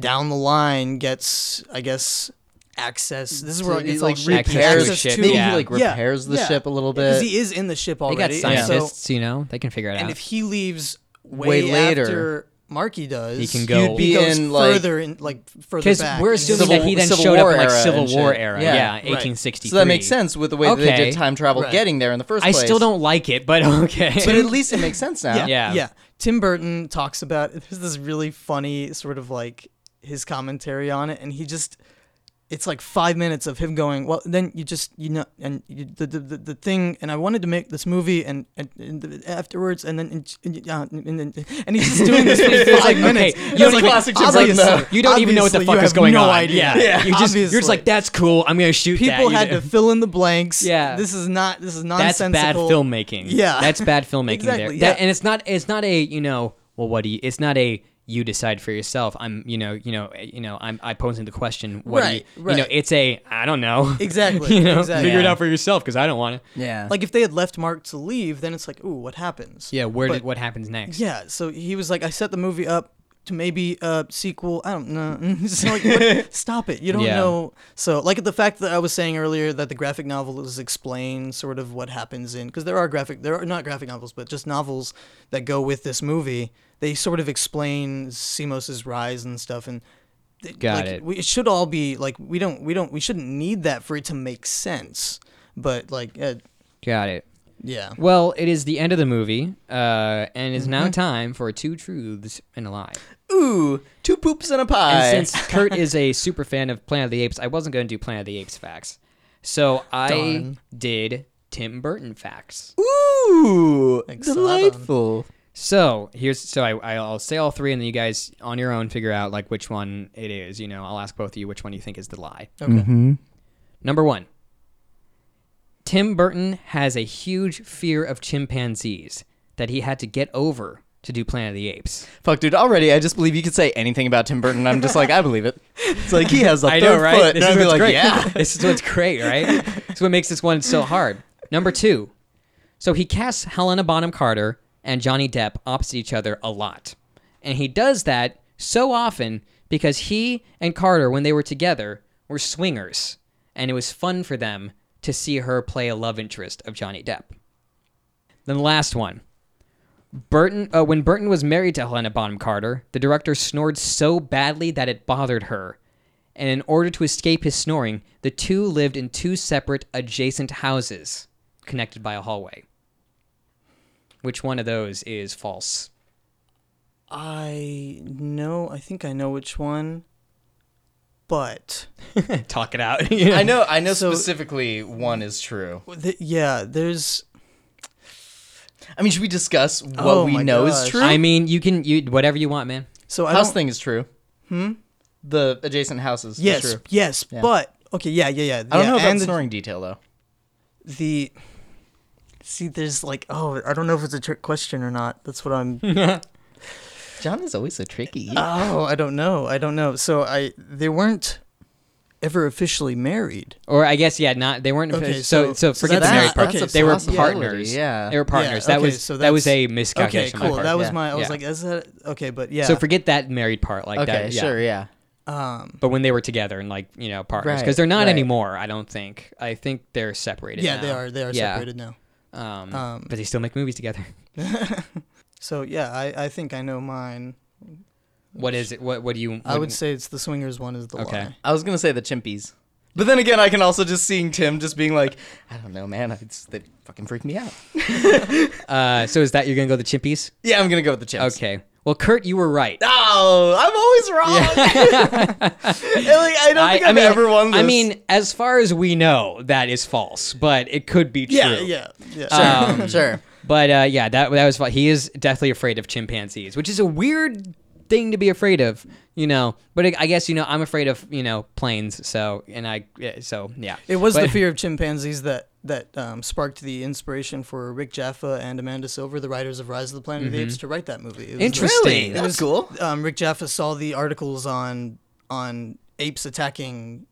D: down the line gets, I guess, access. This is where
C: So
D: it
C: he,
D: gets
C: like
D: all
C: repairs
A: the
D: access
A: ship,
D: to-
C: Maybe
A: yeah. E
C: he like
D: Yeah,
C: repairs the
D: yeah.
C: ship a little
D: because
C: bit.
D: he is in the ship
A: they got
D: already. and
A: scientists
D: So,
A: you know they can figure it
D: and
A: out
D: if he leaves way,
C: Way later.
D: after Marky does,
A: He can go-
D: You'd be
C: You'd be
D: in
C: in, like-
D: further in like further
A: because
D: back.
A: we're assuming
C: Civil-
A: that he then
C: Civil
A: showed up
C: War
A: in like
C: era
A: Civil
C: and
A: War
C: shit.
A: era,
C: Yeah.
A: yeah,
C: Right.
A: 1863.
C: so that makes sense with the way that they
A: Okay.
C: did time travel
D: Right.
C: getting there in the first
A: I
C: place.
A: still don't like it, but okay.
C: But at least it makes sense now.
D: yeah,
A: Yeah.
D: yeah, Tim Burton talks about there's this really funny sort of like his commentary on it, and he just it's like five minutes of him going, well, then you just you know, and you, the, the the the thing, and I wanted to make this movie, and, and, and the- afterwards, and then and, and, uh, and, and, and he's just doing this for
A: It's
D: five
A: like, okay,
D: minutes.
A: you don't,
D: It's
A: even,
D: like,
C: classic Tim
A: obviously-
C: Burton,
A: you don't even know what the
D: obviously
A: fuck
D: you
A: is
D: have
A: going
D: no
A: on.
D: idea.
A: Yeah,
D: Yeah,
A: You just, you're just
D: obviously.
A: like, that's cool. I'm gonna shoot. that.
D: People
A: You
D: had
A: know?
D: to fill in the blanks.
A: Yeah.
D: this is not this is
A: That's
D: nonsensical.
A: bad filmmaking.
D: Yeah.
A: that's bad filmmaking.
D: Exactly,
A: there, That-
D: yeah.
A: and it's not. It's not a you know. Well, what do you? It's not a you decide for yourself. I'm you know you know you know I'm I posing the question. What
D: Right,
A: do you?
D: right.
A: You know, it's a I don't know.
D: Exactly,
A: you know,
D: exactly.
A: figure it
D: Yeah.
A: out for yourself because I don't want to.
C: Yeah.
D: Like if they had left Mark to leave, then it's like, ooh, what happens?
A: Yeah, where
D: But-
A: did what happens next?
D: Yeah, so he was like, I set the movie up to maybe a sequel. I don't know. It's like, what- stop it. You don't
A: Yeah.
D: know. So, like the fact that I was saying earlier that the graphic novels explain sort of what happens in because there are graphic there are not graphic novels, but just novels that go with this movie. They sort of explain Simos's rise and stuff and. th-
A: Got
D: like,
A: it.
D: We, it should all be like we don't we don't we shouldn't need that for it to make sense. But like, uh,
A: Got it.
D: yeah.
A: Well, it is the end of the movie, uh, and it's
D: Mm-hmm.
A: now time for two truths and a lie.
C: Ooh, two poops and a pie.
A: And since Kurt is a super fan of Planet of the Apes, I wasn't going to do Planet of the Apes facts. So I did Tim Burton facts.
C: Ooh,
D: Sodom.
C: delightful.
A: So here's so I I'll say all three, and then you guys on your own figure out like which one it is. You know, I'll ask both of you which one you think is the lie.
D: Okay.
A: Number one. Tim Burton has a huge fear of chimpanzees that he had to get over to do Planet of the Apes.
C: Fuck, dude. Already, I just believe you could say anything about Tim Burton. I'm just like, I believe it. It's like he has a
A: I
C: third
A: know, right?
C: foot, and I'd be
A: what's
C: like,
A: great.
C: yeah.
A: this is what's great, right? That's what makes this one so hard. Number two. So he casts Helena Bonham Carter and Johnny Depp opposite each other a lot. And he does that so often because he and Carter, when they were together, were swingers. And it was fun for them to see her play a love interest of Johnny Depp. Then the last one. Burton, uh, when Burton was married to Helena Bonham Carter, the director snored so badly that it bothered her. And in order to escape his snoring, the two lived in two separate adjacent houses connected by a hallway. Which one of those is false?
D: I know. I think I know which one. But
A: Talk it out.
C: I know. I know
D: So-
C: specifically one is true.
D: th- yeah, there's
C: I mean, should we discuss what
D: Oh
C: we
D: my
C: know is
D: gosh.
C: true?
A: I mean, you can you whatever you want, man.
D: so I
C: house
D: don't.
C: thing is true. Hmm. The adjacent houses.
D: yes,
C: Is true.
D: yes,
C: Yeah.
D: but okay, yeah, yeah, yeah.
C: I don't
D: yeah,
C: know about
D: and the-
C: snoring detail though.
D: the see, there's like oh, I don't know if it's a trick question or not. That's what I'm.
C: John is always so tricky.
D: oh, I don't know. I don't know. So I they weren't ever officially married.
A: Or I guess yeah, not they weren't
D: Okay,
A: so so
D: so- so
A: forget the
D: that's
A: married
D: not-
A: part.
D: okay,
A: they
D: so
A: were
D: that's not-
A: partners.
C: yeah.
A: They were partners.
D: Yeah,
A: that
D: okay,
A: was
D: so
A: that was
D: that's-
A: a
D: Okay,
A: miscalculation on my
D: cool.
A: part.
D: That was
A: yeah.
D: my. I was
A: Yeah.
D: like, is that okay? But yeah.
A: So forget that married part like
C: okay,
A: that. yeah.
C: sure, yeah.
D: um.
A: but when they were together and like you know partners because
C: Right,
A: they're not
C: right.
A: anymore i don't think i think they're separated
D: Yeah,
A: now.
D: they are. They are
A: Yeah.
D: separated now.
A: um,
D: Um,
A: but they still make movies together
D: So yeah, I I think I know mine.
A: what is it what what do you
D: I would
A: what-
D: say it's the swingers one is the
A: Okay.
D: lie.
C: I was gonna say the chimpies, but then again, I can also just seeing Tim just being like, I don't know, man. It's, they fucking freak me out.
A: uh, so is that you're gonna go the chimpies
C: Yeah, I'm gonna go with the chimps.
A: okay well kurt you were right
C: Oh, I'm always wrong. like, I don't think I, have ever won this.
A: I mean, as far as we know, that is false, but it could be true.
D: Yeah, yeah, yeah.
A: Um,
C: sure.
A: But uh, yeah, that that was fun. He is deathly afraid of chimpanzees, which is a weird thing to be afraid of, you know. But I I guess you know I'm afraid of you know planes. So and I yeah, so yeah.
D: It was the
A: But-
D: fear of chimpanzees that that um, sparked the inspiration for Rick Jaffa and Amanda Silver, the writers of Rise of the Planet of the Apes, to write that movie. It was the-
A: Mm-hmm. Interesting.
C: Really? That's cool.
D: um, Rick Jaffa saw the articles on on apes attacking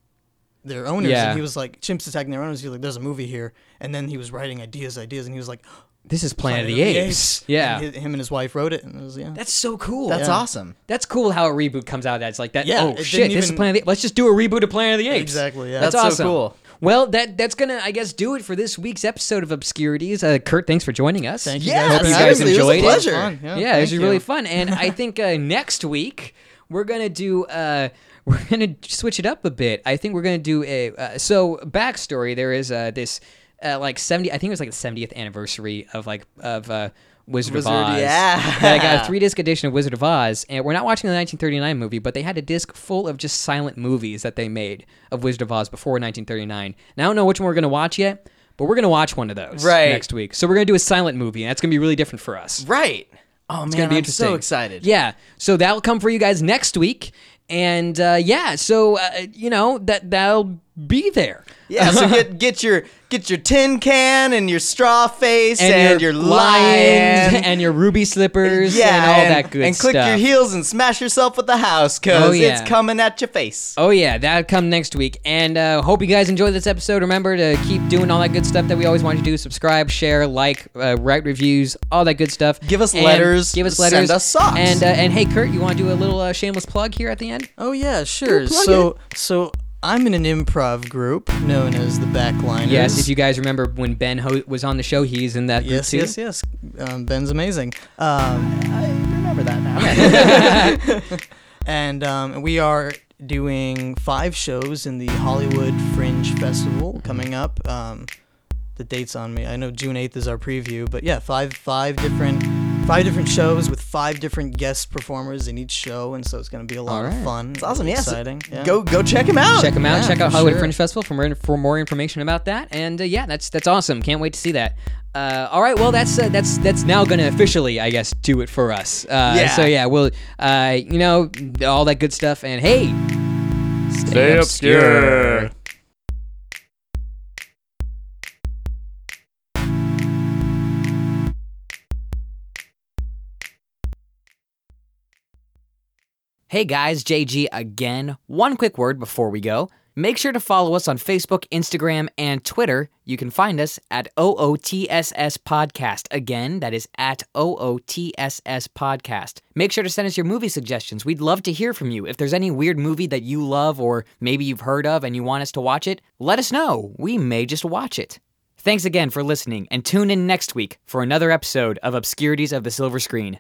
D: their owners,
A: Yeah.
D: and he was like, "Chimps attacking their owners." He was like, "There's a movie here," and then he was writing ideas, ideas, and he was like,
A: This is Planet, of the Apes. Yeah.
D: and hi- him and his wife wrote it, and it was yeah.
A: That's so cool.
C: That's
A: yeah.
C: awesome.
A: That's cool how a reboot comes out. That's like that.
D: Yeah,
A: oh
D: it
A: shit!
D: didn't
A: This is
D: even-
A: Planet. Of the, let's just do a reboot of Planet of the Apes.
D: Exactly, yeah.
A: That's,
C: That's so
A: awesome.
C: cool.
A: Well, that that's gonna I guess do it for this week's episode of Obscurities. Uh, Kurt, thanks for joining us.
D: Thank you
C: Yeah,
D: guys
A: Hope
D: for
A: you
D: having
A: guys
D: me. It was a
A: enjoyed it.
D: pleasure.
C: Fun,
A: Yeah,
D: Yeah,
A: this
D: thank
A: is really
D: you.
A: fun. And I think uh, next week we're gonna do uh, we're gonna switch it up a bit. I think we're gonna do a uh, so backstory. There is uh, this uh, like seventy. I think it was like the seventieth anniversary of like of. Uh, Wizard,
C: Wizard,
A: of Oz.
C: yeah.
A: And I got a three disc edition of Wizard of Oz, and we're not watching the 1939 movie, but they had a disc full of just silent movies that they made of Wizard of Oz before 1939. And I don't know which one we're gonna watch yet, but we're gonna watch one of those
C: Right.
A: next week. So we're gonna do a silent movie, and that's gonna be really different for us.
C: Right. Oh man,
A: It's gonna be
C: I'm
A: interesting.
C: so excited.
A: Yeah. So that'll come for you guys next week, and uh, yeah. So uh, you know that that'll be there.
C: Yeah, so get get your get your tin can and your straw face and, your,
A: lions
C: lion
A: and your ruby slippers
C: yeah,
A: and all that good
C: and
A: stuff.
C: click your heels and smash yourself with the house because
A: Oh, yeah.
C: it's coming at your face.
A: Oh yeah, that'll come next week. And uh, hope you guys enjoyed this episode. Remember to keep doing all that good stuff that we always want you to do: subscribe, share, like, uh, write reviews, all that good stuff.
C: Give us
A: And
C: letters,
A: Give us
C: send
A: letters.
C: us socks.
A: And uh, and hey, Kurt, you want to do a little uh, shameless plug here at the end?
D: Oh yeah, sure. So so I'm in an improv group known as the Backliners.
A: Yes. If you guys remember when Ben ho- was on the show, he's in that group
D: Yes,
A: too.
D: yes, yes. Um, Ben's amazing. Um, I remember that now. and um, we are doing five shows in the Hollywood Fringe Festival
C: Mm-hmm.
D: coming up. Um, the dates on me. I know June 8th is our preview, but yeah, five five different five different shows with five different guest performers in each show, and so it's going to be a lot
A: Alright.
D: of fun. It's
C: awesome, yeah, so
D: Exciting. yeah.
C: Go go check him out.
A: Check them out.
D: Yeah,
A: Check out
D: for
A: Hollywood
D: sure.
A: Fringe Festival for more, for more information about that. And uh, yeah, that's that's awesome. Can't wait to see that. Uh, all right, well that's uh, that's that's now gonna officially, I guess, do it for us. Uh,
C: Yeah.
A: So yeah, we'll uh, you know all that good stuff. And hey, stay,
E: obscure.
F: Hey guys, JG again. One quick word before we go. Make sure to follow us on Facebook, Instagram, and Twitter. You can find us at OOTSS Podcast. Again, that is at OOTSS Podcast. Make sure to send us your movie suggestions. We'd love to hear from you. If there's any weird movie that you love or maybe you've heard of and you want us to watch it, let us know. We may just watch it. Thanks again for listening and tune in next week for another episode of Obscurities of the Silver Screen.